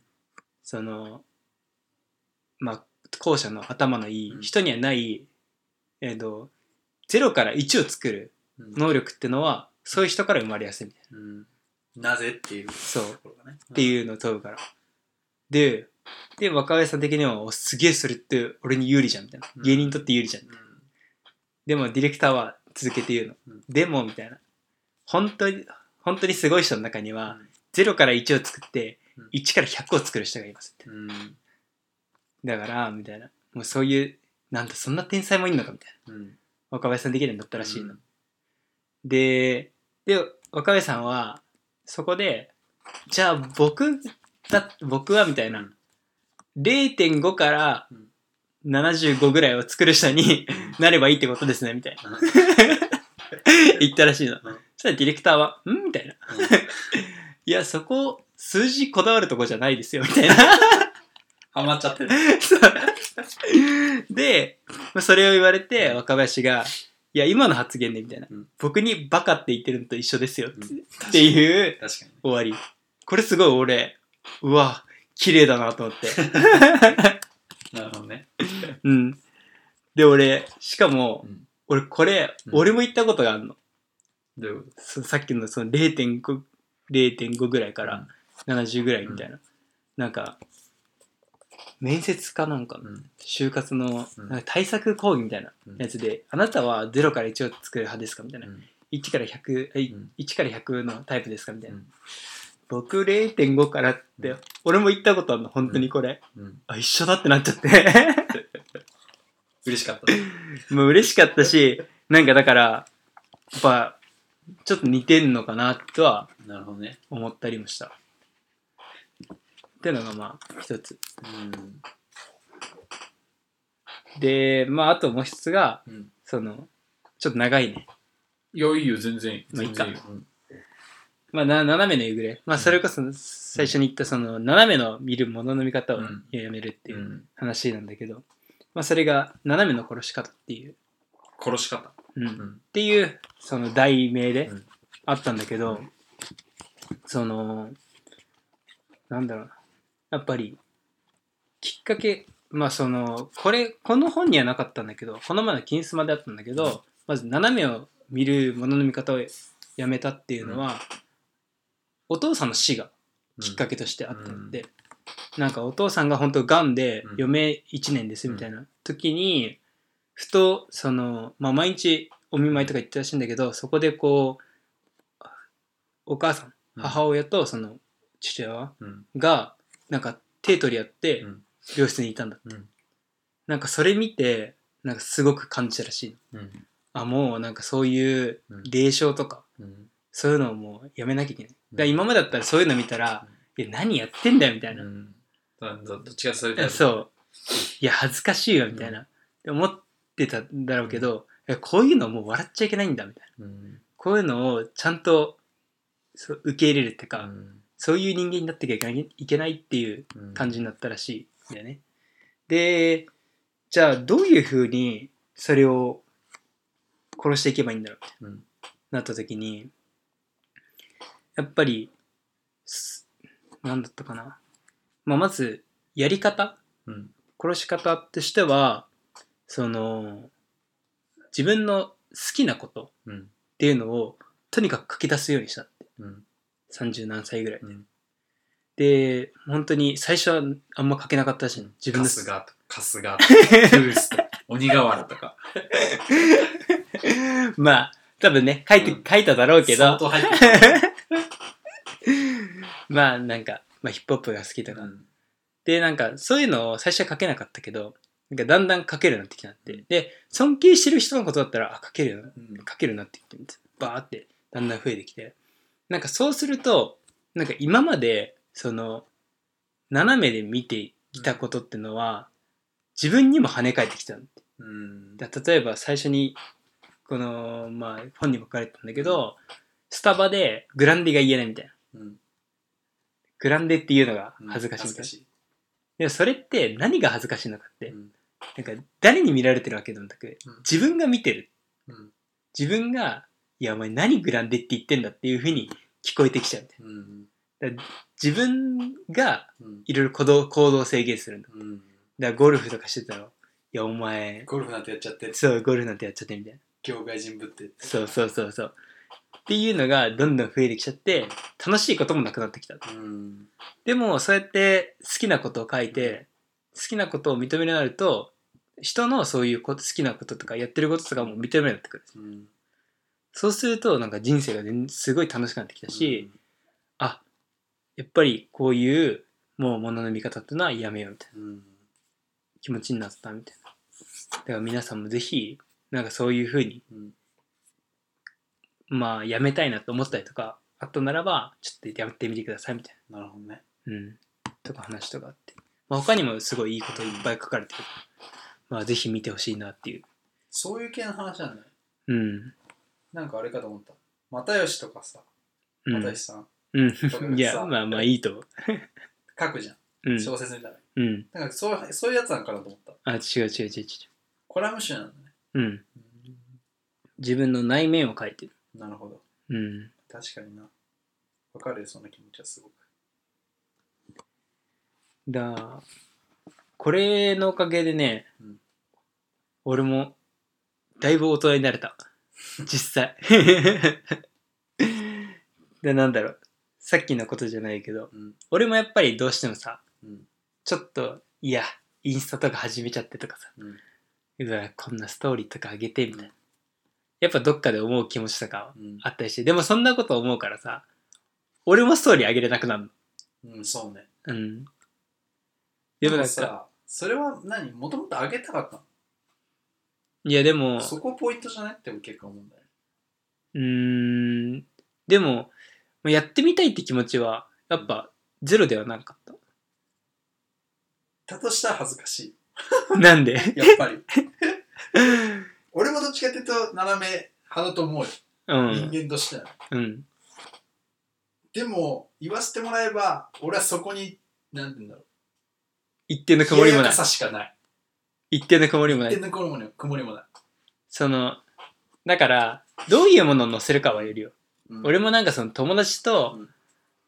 [SPEAKER 2] そのまあ後者の頭のいい人にはない、えっと0から1を作る能力ってのは、そういう人から生まれやすいみたいな。
[SPEAKER 1] うん、なぜっていう
[SPEAKER 2] そう
[SPEAKER 1] ところがね。っ
[SPEAKER 2] っていうのを問うから。で、で、若林さん的には、おすげえそれって俺に有利じゃん、みたいな
[SPEAKER 1] う。ん
[SPEAKER 2] 芸人にとって有利じゃん。
[SPEAKER 1] うん。
[SPEAKER 2] でも、ディレクターは続けて言うの。
[SPEAKER 1] うん
[SPEAKER 2] でも、みたいな。本当に、本当にすごい人の中には、0から1を作って
[SPEAKER 1] うん、
[SPEAKER 2] 1から100を作る人がいます。
[SPEAKER 1] うん。
[SPEAKER 2] だから、みたいな。もうそういう、なんだ、そんな天才もいんのか、みたいな。
[SPEAKER 1] うん。
[SPEAKER 2] 若林さんできるようになったらしい
[SPEAKER 1] う
[SPEAKER 2] の。
[SPEAKER 1] ん
[SPEAKER 2] で、で、若林さんは、そこで、じゃあ僕だ、僕はみたいな、0.5から
[SPEAKER 1] うん
[SPEAKER 2] 75ぐらいを作る人になればいいってことですね、みたいな。言ったらしいの。
[SPEAKER 1] うん
[SPEAKER 2] そしたらディレクターは、んみたいな。いや、そこ、数字こだわるとこじゃないですよ、みたいな。
[SPEAKER 1] ハマっちゃってる。
[SPEAKER 2] そうで、まあそれを言われて、若林が、いや、今の発言で、みたいな
[SPEAKER 1] うん。
[SPEAKER 2] 僕にバカって言ってるのと一緒ですよ、
[SPEAKER 1] うん
[SPEAKER 2] っていう。
[SPEAKER 1] 確かにね。
[SPEAKER 2] 終わり。これすごい俺、うわ、綺麗だなと思って。
[SPEAKER 1] なるほどね。
[SPEAKER 2] うん。で、俺、しかも、
[SPEAKER 1] うん
[SPEAKER 2] 俺これ、
[SPEAKER 1] うん
[SPEAKER 2] 俺も言ったことがあるの。
[SPEAKER 1] どういうこ
[SPEAKER 2] そさっきのその0.5、0.5ぐらいか
[SPEAKER 1] う
[SPEAKER 2] ら
[SPEAKER 1] ん
[SPEAKER 2] 70ぐらいみたいな。なんか、面接かなんか
[SPEAKER 1] と
[SPEAKER 2] の、
[SPEAKER 1] うん。
[SPEAKER 2] 就活の
[SPEAKER 1] うん
[SPEAKER 2] なんか対策講義みたいな
[SPEAKER 1] うん
[SPEAKER 2] やつで、あなたは0から1を作る派ですかみたいな。1から100、えい
[SPEAKER 1] うん
[SPEAKER 2] 1から100のタイプですかみたいな。
[SPEAKER 1] うん
[SPEAKER 2] 僕0.5からって、
[SPEAKER 1] うん
[SPEAKER 2] 俺も言ったことあるの、本当にこれ。
[SPEAKER 1] うん。
[SPEAKER 2] あ、一緒だってなっちゃって。
[SPEAKER 1] 嬉しかったね。
[SPEAKER 2] もう嬉しかったし、なんかだから、やっぱ、ちょっと似てんのかなとは
[SPEAKER 1] なるほどね。
[SPEAKER 2] 思ったりもした。っていうのがまあ、一つ。
[SPEAKER 1] うん。
[SPEAKER 2] で、まあ、あともう一つが、
[SPEAKER 1] うん。
[SPEAKER 2] その、ちょっと長いね。
[SPEAKER 1] いや、いいよ、全然いい。
[SPEAKER 2] まあいいか
[SPEAKER 1] 全然よ
[SPEAKER 2] まあ、な斜めの夕暮れ。まあ、それこそ最初に言った、その、斜めの見るものの見方を
[SPEAKER 1] うん。
[SPEAKER 2] やめるっていううん話なんだけど、まあ、それが、斜めの殺し方っていう、
[SPEAKER 1] 殺し方。
[SPEAKER 2] うん、
[SPEAKER 1] う
[SPEAKER 2] っ
[SPEAKER 1] ん。
[SPEAKER 2] ていう、その、題名で
[SPEAKER 1] うん
[SPEAKER 2] あったんだけど、その、なんだろうな。やっぱり、きっかけ、まあその、これ、この本にはなかったんだけど、この前の金スマであったんだけど、まず斜めを見るものの見方をやめたっていうのは、お父さんの死がきっかけとしてあったので、なんかお父さんが本当癌で
[SPEAKER 1] うん
[SPEAKER 2] 余命1年ですみたいな時に、ふと、その、まあ毎日お見舞いとか行ってたらしいんだけど、そこでこう、お母さん、
[SPEAKER 1] うん
[SPEAKER 2] 母親とその父親は
[SPEAKER 1] うん。
[SPEAKER 2] がなんか手取り合って
[SPEAKER 1] うん
[SPEAKER 2] 病室にいたんだ、
[SPEAKER 1] うん
[SPEAKER 2] なんかそれ見てなんかすごく感じたらしい
[SPEAKER 1] うん。
[SPEAKER 2] あもうなんかそういう
[SPEAKER 1] うん
[SPEAKER 2] 霊障とか
[SPEAKER 1] うん。
[SPEAKER 2] そういうのをもうやめなきゃいけない、
[SPEAKER 1] うん
[SPEAKER 2] だから今までだったらそういうの見たら、いや何やってんだよみたいな、
[SPEAKER 1] うん。だどどっちがそれだう。
[SPEAKER 2] そういや恥ずかしいよみたいな、って思ってたんだろうけど、いやこういうのもう笑っちゃいけないんだみたいな
[SPEAKER 1] うん。
[SPEAKER 2] こういうのをちゃんとそう受け入れるってい
[SPEAKER 1] う
[SPEAKER 2] うか、
[SPEAKER 1] ん
[SPEAKER 2] そういう人間になってきゃいけないいけないっていう
[SPEAKER 1] うん
[SPEAKER 2] 感じになったらしいんだよね。で、じゃあどういうふうにそれを殺していけばいいんだろうって
[SPEAKER 1] うん
[SPEAKER 2] なった時に、やっぱり、すなんだったかな。まあ、まず、やり方
[SPEAKER 1] うん。
[SPEAKER 2] 殺し方としては、その、自分の好きなことっ
[SPEAKER 1] うん。
[SPEAKER 2] ていうのをとにかく書き出すようにしたって。
[SPEAKER 1] うん。
[SPEAKER 2] 30何歳ぐらい。
[SPEAKER 1] うん
[SPEAKER 2] で、本当に最初はあんま書けなかったらしいの。自分の
[SPEAKER 1] 春日とか、春日とか、ブースとか、鬼瓦とか。
[SPEAKER 2] まあ、多分ね、書いて、書いただろうけ
[SPEAKER 1] 相
[SPEAKER 2] ど、
[SPEAKER 1] 当入ってる
[SPEAKER 2] まあなんか、まあヒップホップが好きとか。
[SPEAKER 1] うん
[SPEAKER 2] で、なんかそういうのを最初は書けなかったけど、なんかだんだん書けるようになってきたって。で、尊敬してる人のことだったら、あ、書けるよな、
[SPEAKER 1] うん
[SPEAKER 2] 書けるようになってきて、バーってだんだん増えてきて。なんかそうすると、なんか今まで、その、斜めで見てきたことってのは、自分にも跳ね返ってきたの。
[SPEAKER 1] うん。
[SPEAKER 2] だ例えば最初にこの、まあ、本にも書かれてたんだけど、スタバでグランデが言えないみたいな
[SPEAKER 1] うん
[SPEAKER 2] グランデっていうのが恥ずかしいみたいな、でもそれって何が恥ずかしいのかって、
[SPEAKER 1] うん
[SPEAKER 2] なんか誰に見られてるわけでもなく
[SPEAKER 1] うん
[SPEAKER 2] 自分が見てる
[SPEAKER 1] うん
[SPEAKER 2] 自分が「いやお前何グランデって言ってんだ」っていうふうに聞こえてきちゃうみたい
[SPEAKER 1] うん
[SPEAKER 2] な自分が
[SPEAKER 1] うん
[SPEAKER 2] いろいろ行動行動を制限するんだ
[SPEAKER 1] うん
[SPEAKER 2] だからゴルフとかしてたら「いやお前
[SPEAKER 1] ゴルフなんてやっちゃって
[SPEAKER 2] そうゴルフなんてやっちゃって」みたいな
[SPEAKER 1] 業界人ぶってって
[SPEAKER 2] そうそうそうそう。っていうのがどんどん増えてきちゃって、楽しいこともなくなってきた。
[SPEAKER 1] うん
[SPEAKER 2] でも、そうやって好きなことを書いて、好きなことを認めるようになると、人のそういうこと好きなこととかやってることとかも認めるようになってくる。
[SPEAKER 1] うん
[SPEAKER 2] そうすると、なんか人生が全すごい楽しくなってきたし、あ、やっぱりこういう、もう物の見方っていうのはやめようみたいな
[SPEAKER 1] うん
[SPEAKER 2] 気持ちになったみたいな。だから皆さんもぜひ、なんかそういうふうに
[SPEAKER 1] うん
[SPEAKER 2] まあ、やめたいなと思ったりとか、あったならば、ちょっとやめてみてくださいみたい
[SPEAKER 1] なるほどね
[SPEAKER 2] な。うん。とか話とかあって。まあ、他にもすごいいいこといっぱい書かれてる。まあ、ぜひ見てほしいなっていう。
[SPEAKER 1] そういう系の話なんだよ
[SPEAKER 2] うん。
[SPEAKER 1] なんかあれかと思った又吉とかさ
[SPEAKER 2] う
[SPEAKER 1] 又
[SPEAKER 2] ん
[SPEAKER 1] 吉さん
[SPEAKER 2] うん。いや、まあまあいいと。
[SPEAKER 1] 書くじゃん
[SPEAKER 2] うん。
[SPEAKER 1] 小説みたい
[SPEAKER 2] うん。
[SPEAKER 1] ななんかそうそういうやつなんかなと思った
[SPEAKER 2] あ、違う違う違う違う。
[SPEAKER 1] コラム集なんだね
[SPEAKER 2] うん。自分の内面を書いてる。
[SPEAKER 1] なるほど
[SPEAKER 2] うん。
[SPEAKER 1] 確かになわかるよその気持ちはすごく
[SPEAKER 2] だこれのおかげでね、
[SPEAKER 1] うん
[SPEAKER 2] 俺もだいぶ大人になれた実際でなんだろうさっきのことじゃないけど
[SPEAKER 1] うん
[SPEAKER 2] 俺もやっぱりどうしてもさ
[SPEAKER 1] うん
[SPEAKER 2] ちょっといやインスタとか始めちゃってとかさ
[SPEAKER 1] うん
[SPEAKER 2] うわこんなストーリーとか上げてみたいなやっぱどっかで思う気持ちとか
[SPEAKER 1] うん
[SPEAKER 2] あったりしてでもそんなこと思うからさ俺もストーリー上げれなくなるの
[SPEAKER 1] うんそうね
[SPEAKER 2] うんでもなんか
[SPEAKER 1] さそれは何もともと上げたかった
[SPEAKER 2] いやでも
[SPEAKER 1] のそこポイントじゃないって結構思うんだよ
[SPEAKER 2] うーんでもやってみたいって気持ちはやっぱゼロではなかっ
[SPEAKER 1] だとしたら恥ずかし
[SPEAKER 2] た。なんで
[SPEAKER 1] いやっぱり俺もどっちかっていうと斜め派だと思うよ、
[SPEAKER 2] うん。
[SPEAKER 1] 人間としては
[SPEAKER 2] うん。
[SPEAKER 1] でも言わせてもらえば俺はそこに何て言うんだろう
[SPEAKER 2] 一定の曇りも
[SPEAKER 1] 冷や
[SPEAKER 2] ない
[SPEAKER 1] か。さしかない
[SPEAKER 2] 一定の曇りもな
[SPEAKER 1] 天
[SPEAKER 2] い。
[SPEAKER 1] 然曇りもない曇りもない、
[SPEAKER 2] その、だから、どういうものを載せるかはよるよ。
[SPEAKER 1] うん
[SPEAKER 2] 俺もなんかその友達と、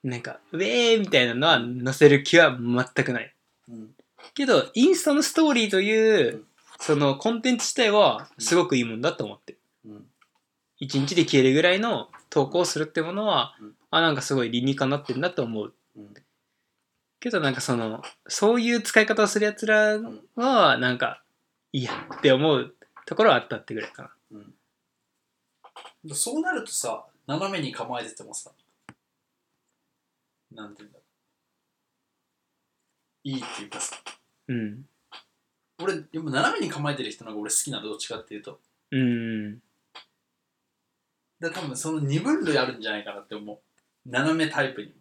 [SPEAKER 2] なんか、ウェーみたいなのは載せる気は全くない。
[SPEAKER 1] うん
[SPEAKER 2] けど、インスタのストーリーというう、そのコンテンツ自体はすごくいいもんだと思ってる
[SPEAKER 1] うん
[SPEAKER 2] 一日で消えるぐらいの投稿をするってものは、
[SPEAKER 1] うん
[SPEAKER 2] あなんかすごい理にかなってんなと思う
[SPEAKER 1] うん
[SPEAKER 2] けどなんかそのそういう使い方をするやつらはなんかいいやって思うところはあったってぐらいかな
[SPEAKER 1] うん、そうなるとさ斜めに構えててもさなんて言うんだろういいっていうかさ
[SPEAKER 2] うん
[SPEAKER 1] 俺でも斜めに構えてる人の方が俺好きなのどっちかっていうと
[SPEAKER 2] うん
[SPEAKER 1] だから多分その2分類あるんじゃないかなって思う斜めタイプに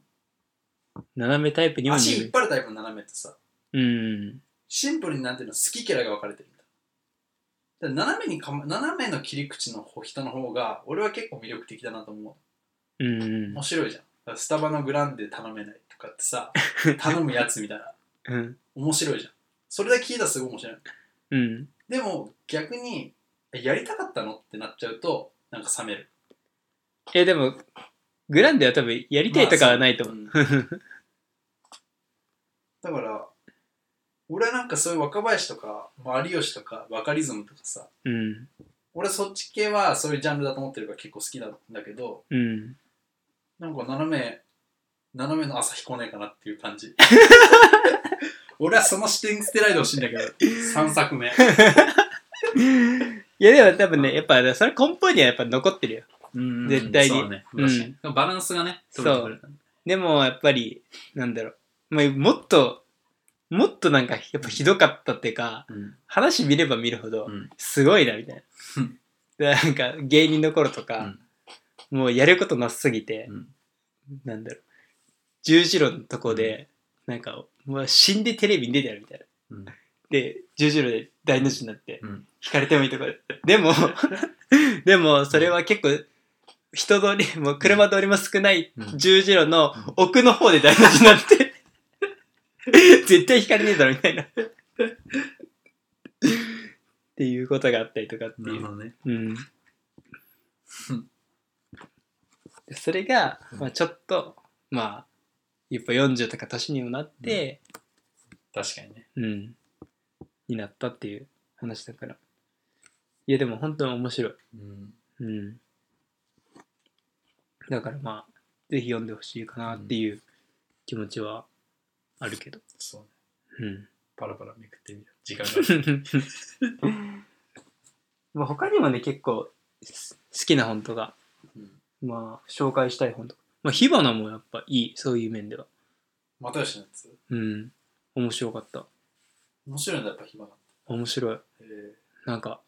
[SPEAKER 2] 斜めタイプに
[SPEAKER 1] も
[SPEAKER 2] も
[SPEAKER 1] 足引
[SPEAKER 2] 見
[SPEAKER 1] っ
[SPEAKER 2] る
[SPEAKER 1] 張るタイプの斜めってさ
[SPEAKER 2] うん
[SPEAKER 1] シンプルになんていうの好き嫌いが分かれてるんだだから斜めにか、ま、斜めの切り口の人の方が俺は結構魅力的だなと思
[SPEAKER 2] うん
[SPEAKER 1] う面白いじゃんだからスタバのグランデ頼めないとかってさ頼むやつみたいな
[SPEAKER 2] うん
[SPEAKER 1] 面白いじゃんそれだけ聞いたらすごい面白い
[SPEAKER 2] うん
[SPEAKER 1] でも逆にえやりたかったのってなっちゃうとなんか冷める
[SPEAKER 2] えでもグランデは多分やりたいとかはないと思う、
[SPEAKER 1] まあそううんだから俺はなんかそういう若林とかまあ有吉とかバカリズムとかさ
[SPEAKER 2] うん
[SPEAKER 1] 俺そっち系はそういうジャンルだと思ってるから結構好きなんだけど
[SPEAKER 2] うん
[SPEAKER 1] なんか斜め斜めの朝彦ねえかなっていう感 じ俺はその視点捨てないでほしいんだけど3作目
[SPEAKER 2] いやでも多分ねやっぱそれ根本にはやっぱ残ってるよ
[SPEAKER 3] うん
[SPEAKER 2] 絶対に
[SPEAKER 3] そうね確かにバランスがね取れてくれたね
[SPEAKER 2] でもやっぱりなんだろうまあもっともっとなんかやっぱひどかったっていうか
[SPEAKER 3] うん
[SPEAKER 2] 話見れば見るほど
[SPEAKER 3] うん
[SPEAKER 2] すごいなみたい
[SPEAKER 3] うん
[SPEAKER 2] な。でなんか芸人の頃とか、もうやることなさすぎて、
[SPEAKER 3] うん
[SPEAKER 2] なんだろう十字路のとこで、なんかもう死んでテレビに出てやるみたいな。
[SPEAKER 3] うん
[SPEAKER 2] で十字路で大の字になって、
[SPEAKER 3] うん
[SPEAKER 2] 引かれてもいいとこで。でもでもそれは結構人通りもう車通りも少ない
[SPEAKER 3] うん
[SPEAKER 2] 十字路の奥の方で大の字になって絶対引かれねえだろみたいなっていうことがあったりとかって
[SPEAKER 3] ないる
[SPEAKER 2] う
[SPEAKER 3] ほ、どね
[SPEAKER 2] うん、それが、まあ、ちょっとまあやっぱ40とか年にもなって、
[SPEAKER 3] 確かにね
[SPEAKER 2] うん、になったっていう話だからいやでも本当に面白い。
[SPEAKER 3] うん
[SPEAKER 2] うん。だからまあ、ぜひ読んでほしいかなっていう気持ちはあるけど。
[SPEAKER 3] そうね
[SPEAKER 2] うん。
[SPEAKER 3] パラパラめくってみる時間がある
[SPEAKER 2] まあ他にもね、結構す好きな本とか、
[SPEAKER 1] うん
[SPEAKER 2] まあ紹介したい本とか。まあ火花もやっぱいい、そういう面では。
[SPEAKER 1] 又吉のやつ
[SPEAKER 2] うん。面白かった。
[SPEAKER 1] 面白いんだやっぱ暇な
[SPEAKER 2] 面白い。
[SPEAKER 1] へえ
[SPEAKER 2] なんか、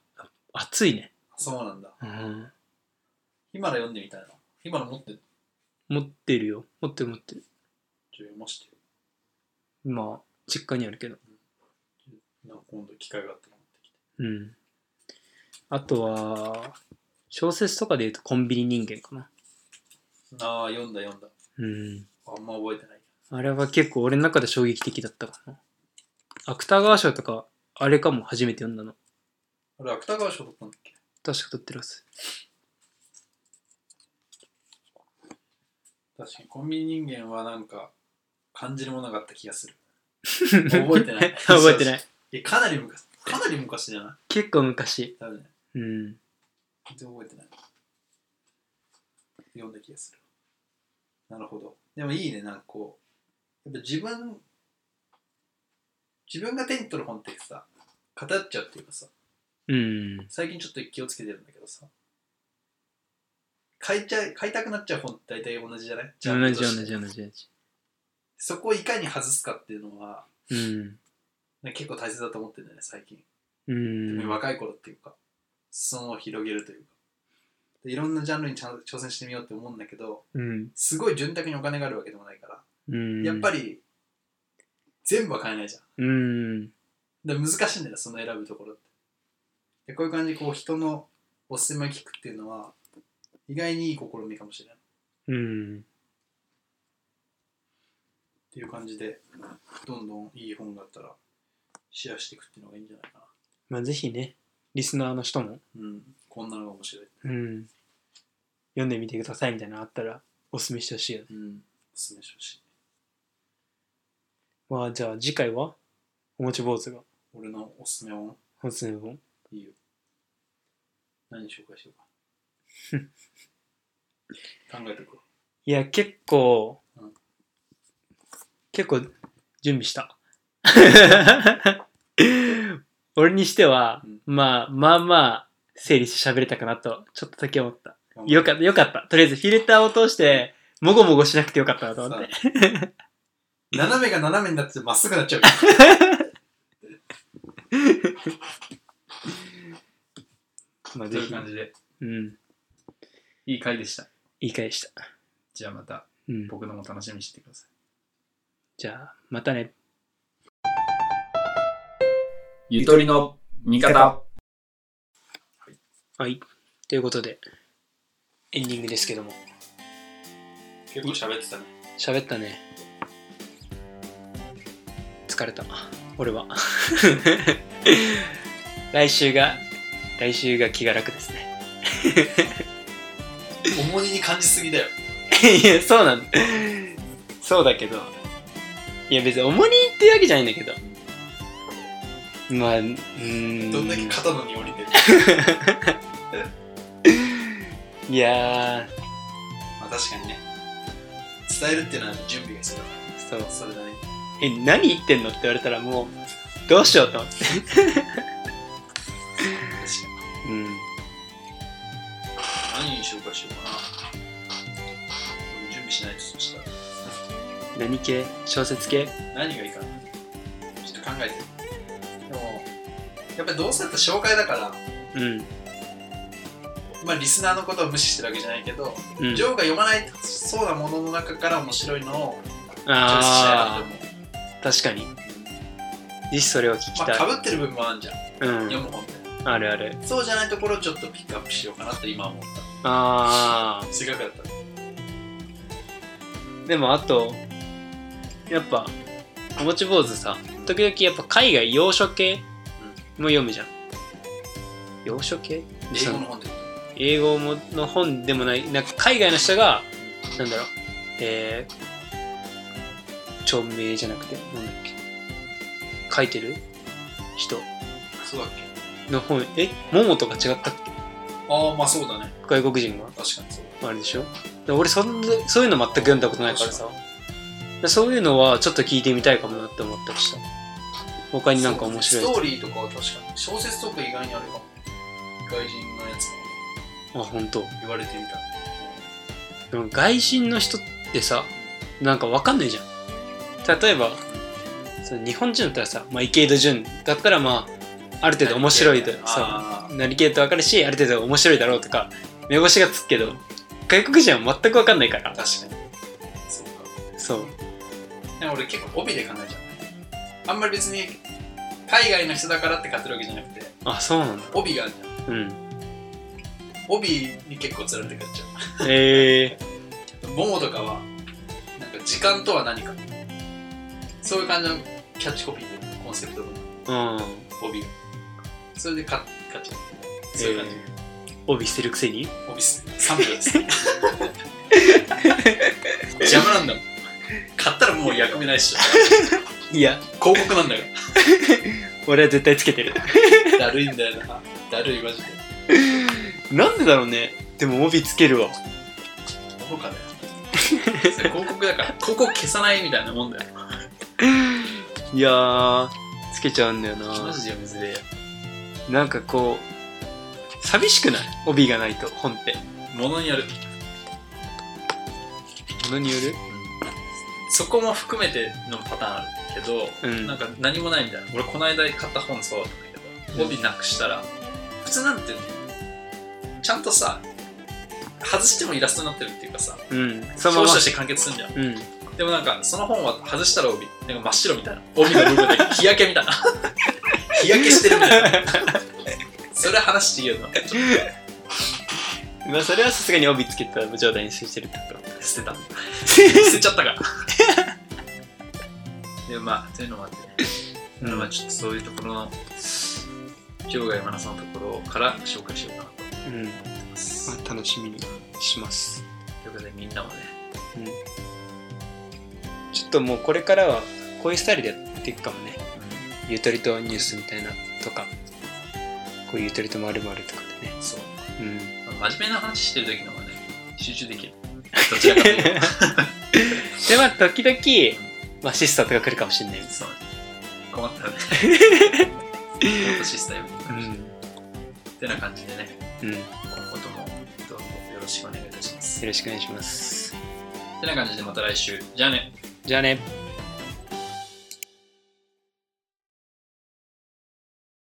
[SPEAKER 2] 熱いね。
[SPEAKER 1] そうなんだ
[SPEAKER 2] うん。
[SPEAKER 1] 今の読んでみたいな今の持ってる
[SPEAKER 2] 持ってるよ。持ってる持ってる。
[SPEAKER 1] ちょ読ましてよ
[SPEAKER 2] まあ、実家にあるけど。
[SPEAKER 1] なんか今度機会があったら持ってきて
[SPEAKER 2] うん。あとは、小説とかで言うとコンビニ人間かな。
[SPEAKER 1] ああ読んだ読んだ
[SPEAKER 2] うん。
[SPEAKER 1] あんま覚えてない
[SPEAKER 2] あれは結構俺の中で衝撃的だったかな。芥川賞とか、あれかも初めて読んだの。
[SPEAKER 1] あれ芥川賞取ったんだっけ
[SPEAKER 2] 確か撮ってるはず。
[SPEAKER 1] 確かにコンビニ人間はなんか感じるものがあった気がする覚えてない
[SPEAKER 2] 覚えてない。
[SPEAKER 1] いやかなり昔かなり昔じゃな
[SPEAKER 2] 結構昔。
[SPEAKER 1] い多分ね
[SPEAKER 2] うん。
[SPEAKER 1] 全然覚えてない読んだ気がするなるほどでもいいねなんかこうやっぱ自分自分が手に取る本ってさ偏っちゃうっていうかさ
[SPEAKER 2] うん。
[SPEAKER 1] 最近ちょっと気をつけてるんだけどさ買いちゃい買いたくなっちゃう本って大体同じじゃない
[SPEAKER 2] 同
[SPEAKER 1] ャンル
[SPEAKER 2] じ
[SPEAKER 1] と
[SPEAKER 2] 同
[SPEAKER 1] して
[SPEAKER 2] じ同じ同じ。
[SPEAKER 1] そこをいかに外すかっていうのは
[SPEAKER 2] うん。
[SPEAKER 1] なんか結構大切だと思ってるんだよね最近、
[SPEAKER 2] うん
[SPEAKER 1] 特に。若い頃っていうか裾野を広げるというかでいろんなジャンルにちゃんと挑戦してみようって思うんだけど
[SPEAKER 2] うん。
[SPEAKER 1] すごい潤沢にお金があるわけでもないから、
[SPEAKER 2] うん。
[SPEAKER 1] やっぱり全部は買えないじゃん
[SPEAKER 2] うん。
[SPEAKER 1] で難しいんだよその選ぶところってでこういう感じでこう人のおすすめを聞くっていうのは意外にいい試みかもしれないっ
[SPEAKER 2] うん。
[SPEAKER 1] ていう感じでどんどんいい本があったらシェアしていくっていうのがいいんじゃないか
[SPEAKER 2] まあぜひね、リスナーの人も、
[SPEAKER 1] なうんこんなのが面白い
[SPEAKER 2] うん。読んでみてくださいみたいなのあったら、おすすめしてほしいよね。
[SPEAKER 1] うんおすすめしてほしい
[SPEAKER 2] まあじゃあ次回はおもち坊主が
[SPEAKER 1] 俺のおすすめ本
[SPEAKER 2] おすすめ本
[SPEAKER 1] いいよ何紹介しようか考えておくわ
[SPEAKER 2] いや結構、
[SPEAKER 1] うん
[SPEAKER 2] 結構準備した 俺にしては、まあまあまあ整理して喋れたかなとちょっとだけ思った
[SPEAKER 1] 頑張る
[SPEAKER 2] よかったよかったとりあえずフィルターを通してもごもごしなくてよかったなと思って
[SPEAKER 1] さ あ斜めが斜めになっててまっすぐなっちゃう。
[SPEAKER 2] ま
[SPEAKER 3] と
[SPEAKER 2] あぜ
[SPEAKER 3] いう
[SPEAKER 2] ひ
[SPEAKER 3] 感じで
[SPEAKER 2] うん
[SPEAKER 3] いい回でした
[SPEAKER 2] いい回でした、
[SPEAKER 3] じゃあまた
[SPEAKER 2] うん、
[SPEAKER 3] 僕のも楽しみにしてくださ
[SPEAKER 2] じゃあまたね
[SPEAKER 3] いゆとりの味方
[SPEAKER 2] はいということでエンディングですけども
[SPEAKER 1] 結構喋ってたね。
[SPEAKER 2] 喋ったね疲れた俺は 来週が来週が気が楽ですね
[SPEAKER 1] 重荷に感じすぎだよ。
[SPEAKER 2] いやそうなんだそうだけどいや別に重荷っていうわけじゃないんだけどまあうーん
[SPEAKER 1] どんだけ肩の荷降りてる。
[SPEAKER 2] いやー
[SPEAKER 1] まあ確かにね。伝えるっていうのは準備が必要だか
[SPEAKER 2] そ
[SPEAKER 1] ら。そ
[SPEAKER 2] う
[SPEAKER 1] れだね。
[SPEAKER 2] え何言ってんのって言われたらもうどうしようと思って
[SPEAKER 1] 確か
[SPEAKER 2] うん
[SPEAKER 1] に。何に紹介しようかな。俺も準備しないとそしたら。
[SPEAKER 2] 何系小説系
[SPEAKER 1] 何がいいかな。ちょっと考えてる。でも、やっぱりどうせだったら紹介だから、
[SPEAKER 2] うん
[SPEAKER 1] まあリスナーのことを無視してるわけじゃないけど、
[SPEAKER 2] うん
[SPEAKER 1] ジョーが読まないそうなものの中から面白いのをチョイスしたいなと
[SPEAKER 2] あ
[SPEAKER 1] 思う。
[SPEAKER 2] ー確かにぜひそれを聞き
[SPEAKER 1] ま
[SPEAKER 2] たい、
[SPEAKER 1] あ、被ってる部分もあるじゃん、
[SPEAKER 2] うん
[SPEAKER 1] 読む本って。
[SPEAKER 2] あるある。
[SPEAKER 1] そうじゃないところをちょっとピックアップしようかなって今思っ
[SPEAKER 2] あ
[SPEAKER 1] た。せっかくだったら。
[SPEAKER 2] あ。でもあと、やっぱ、おもち坊主さ、時々やっぱ海外洋書系も読むじゃん。洋書系
[SPEAKER 1] 英語の本ってこ
[SPEAKER 2] 英語もの本でもない、なんか海外の人が、なんだろう、えー、著名じゃなくて、なんだっけ、書いてる人。
[SPEAKER 1] とそうだっけ
[SPEAKER 2] の方えモモとか違ったっけ
[SPEAKER 1] ああまあそうだね
[SPEAKER 2] 外国人が
[SPEAKER 1] 確かにそう
[SPEAKER 2] あれでしょで俺そんなそういうの全く読んだことないからさでそういうのはちょっと聞いてみたいかもなって思ったりした他になんか面白い
[SPEAKER 1] ス
[SPEAKER 2] や
[SPEAKER 1] トーリーとかは確かに小説とか意外にあるかも外人のやつも
[SPEAKER 2] つあ本当。
[SPEAKER 1] 言われてみたら
[SPEAKER 2] でも外人の人ってさなんかわかんないじゃん例えばその日本人だったらさ、まあ、池井戸潤だったらまあある程度面白いとさ
[SPEAKER 1] あ
[SPEAKER 2] なりきれとわかるしある程度面白いだろうとか目星がつくけど外国人は全くわかんないから
[SPEAKER 1] あ確かにそうか
[SPEAKER 2] そう
[SPEAKER 1] でも俺結構帯で考えちゃうあんまり別に海外の人だからって買ってるわけじゃなくて
[SPEAKER 2] あそうなんだ
[SPEAKER 1] 帯があるじゃん
[SPEAKER 2] うん
[SPEAKER 1] 帯に結構釣られて買っちゃ
[SPEAKER 2] ええ
[SPEAKER 1] うモモとかはなんか時間とは何かそういう感じのキャッチコピーでコンセプトの
[SPEAKER 2] うん
[SPEAKER 1] 帯がそれで買っ買っちゃうそういう感じ、
[SPEAKER 2] え帯してるくせに
[SPEAKER 1] 帯っす3秒です邪魔なんだもん買ったらもう役目ないっしょ
[SPEAKER 2] いや
[SPEAKER 1] 広告なんだよ
[SPEAKER 2] 俺は絶対つけてる
[SPEAKER 1] だるいんだよなだるいマジで
[SPEAKER 2] なんでだろうねでも帯つけるわ
[SPEAKER 1] 愚かだよそれ広告だ から広告消さないみたいなもんだよ
[SPEAKER 2] いやーつけちゃうんだよな
[SPEAKER 1] マジでやめずれ
[SPEAKER 2] なんかこう寂しくない帯がないと本って
[SPEAKER 1] ものによる
[SPEAKER 2] ものによる
[SPEAKER 1] そこも含めてのパターンあるけど、
[SPEAKER 2] うん
[SPEAKER 1] なんか何もないみたいな俺この間買った本そうだったんだけど
[SPEAKER 2] うん
[SPEAKER 1] 帯なくしたら普通なんてちゃんとさ外してもイラストになってるっていうかさ
[SPEAKER 2] うんそのま
[SPEAKER 1] 表紙
[SPEAKER 2] ま
[SPEAKER 1] として完結するんじゃん
[SPEAKER 2] うん
[SPEAKER 1] でもなんかその本は外したら帯なんか真っ白みたいな帯の部分で日焼けみ たいな日焼けしてるみたいなそれ話違うの
[SPEAKER 2] まあそれはさすがに帯つけた状態にしてる ってこ
[SPEAKER 1] 捨てた捨てちゃったからでもまあというのもあってね、
[SPEAKER 2] と
[SPEAKER 1] まあちょっとそういうところの場外マナさんのところから紹介しようかなと思
[SPEAKER 2] うん、ま
[SPEAKER 1] います、
[SPEAKER 2] あ、楽しみにします
[SPEAKER 1] ということでみんなもね
[SPEAKER 2] ちょっともうこれからはこういうスタイルでやっていくかもねゆとりとニュースみたいなとかこういうゆとりとまるとかでね
[SPEAKER 1] そう、
[SPEAKER 2] うん
[SPEAKER 1] まあ真面目な話してる時の方がね集中できるどちらかというと
[SPEAKER 2] でまあ時々、まあ、シスターとか来るかもしんない
[SPEAKER 1] そう困ったらねもっとシスター呼びに行く
[SPEAKER 2] う
[SPEAKER 1] かもしれない
[SPEAKER 2] ん
[SPEAKER 1] ってな感じでね
[SPEAKER 2] うんよ
[SPEAKER 1] 今後ともどうぞよろしくお願いいたします
[SPEAKER 2] ろしくお願いします
[SPEAKER 1] ってな感じでまた来週じゃあね
[SPEAKER 2] じゃあね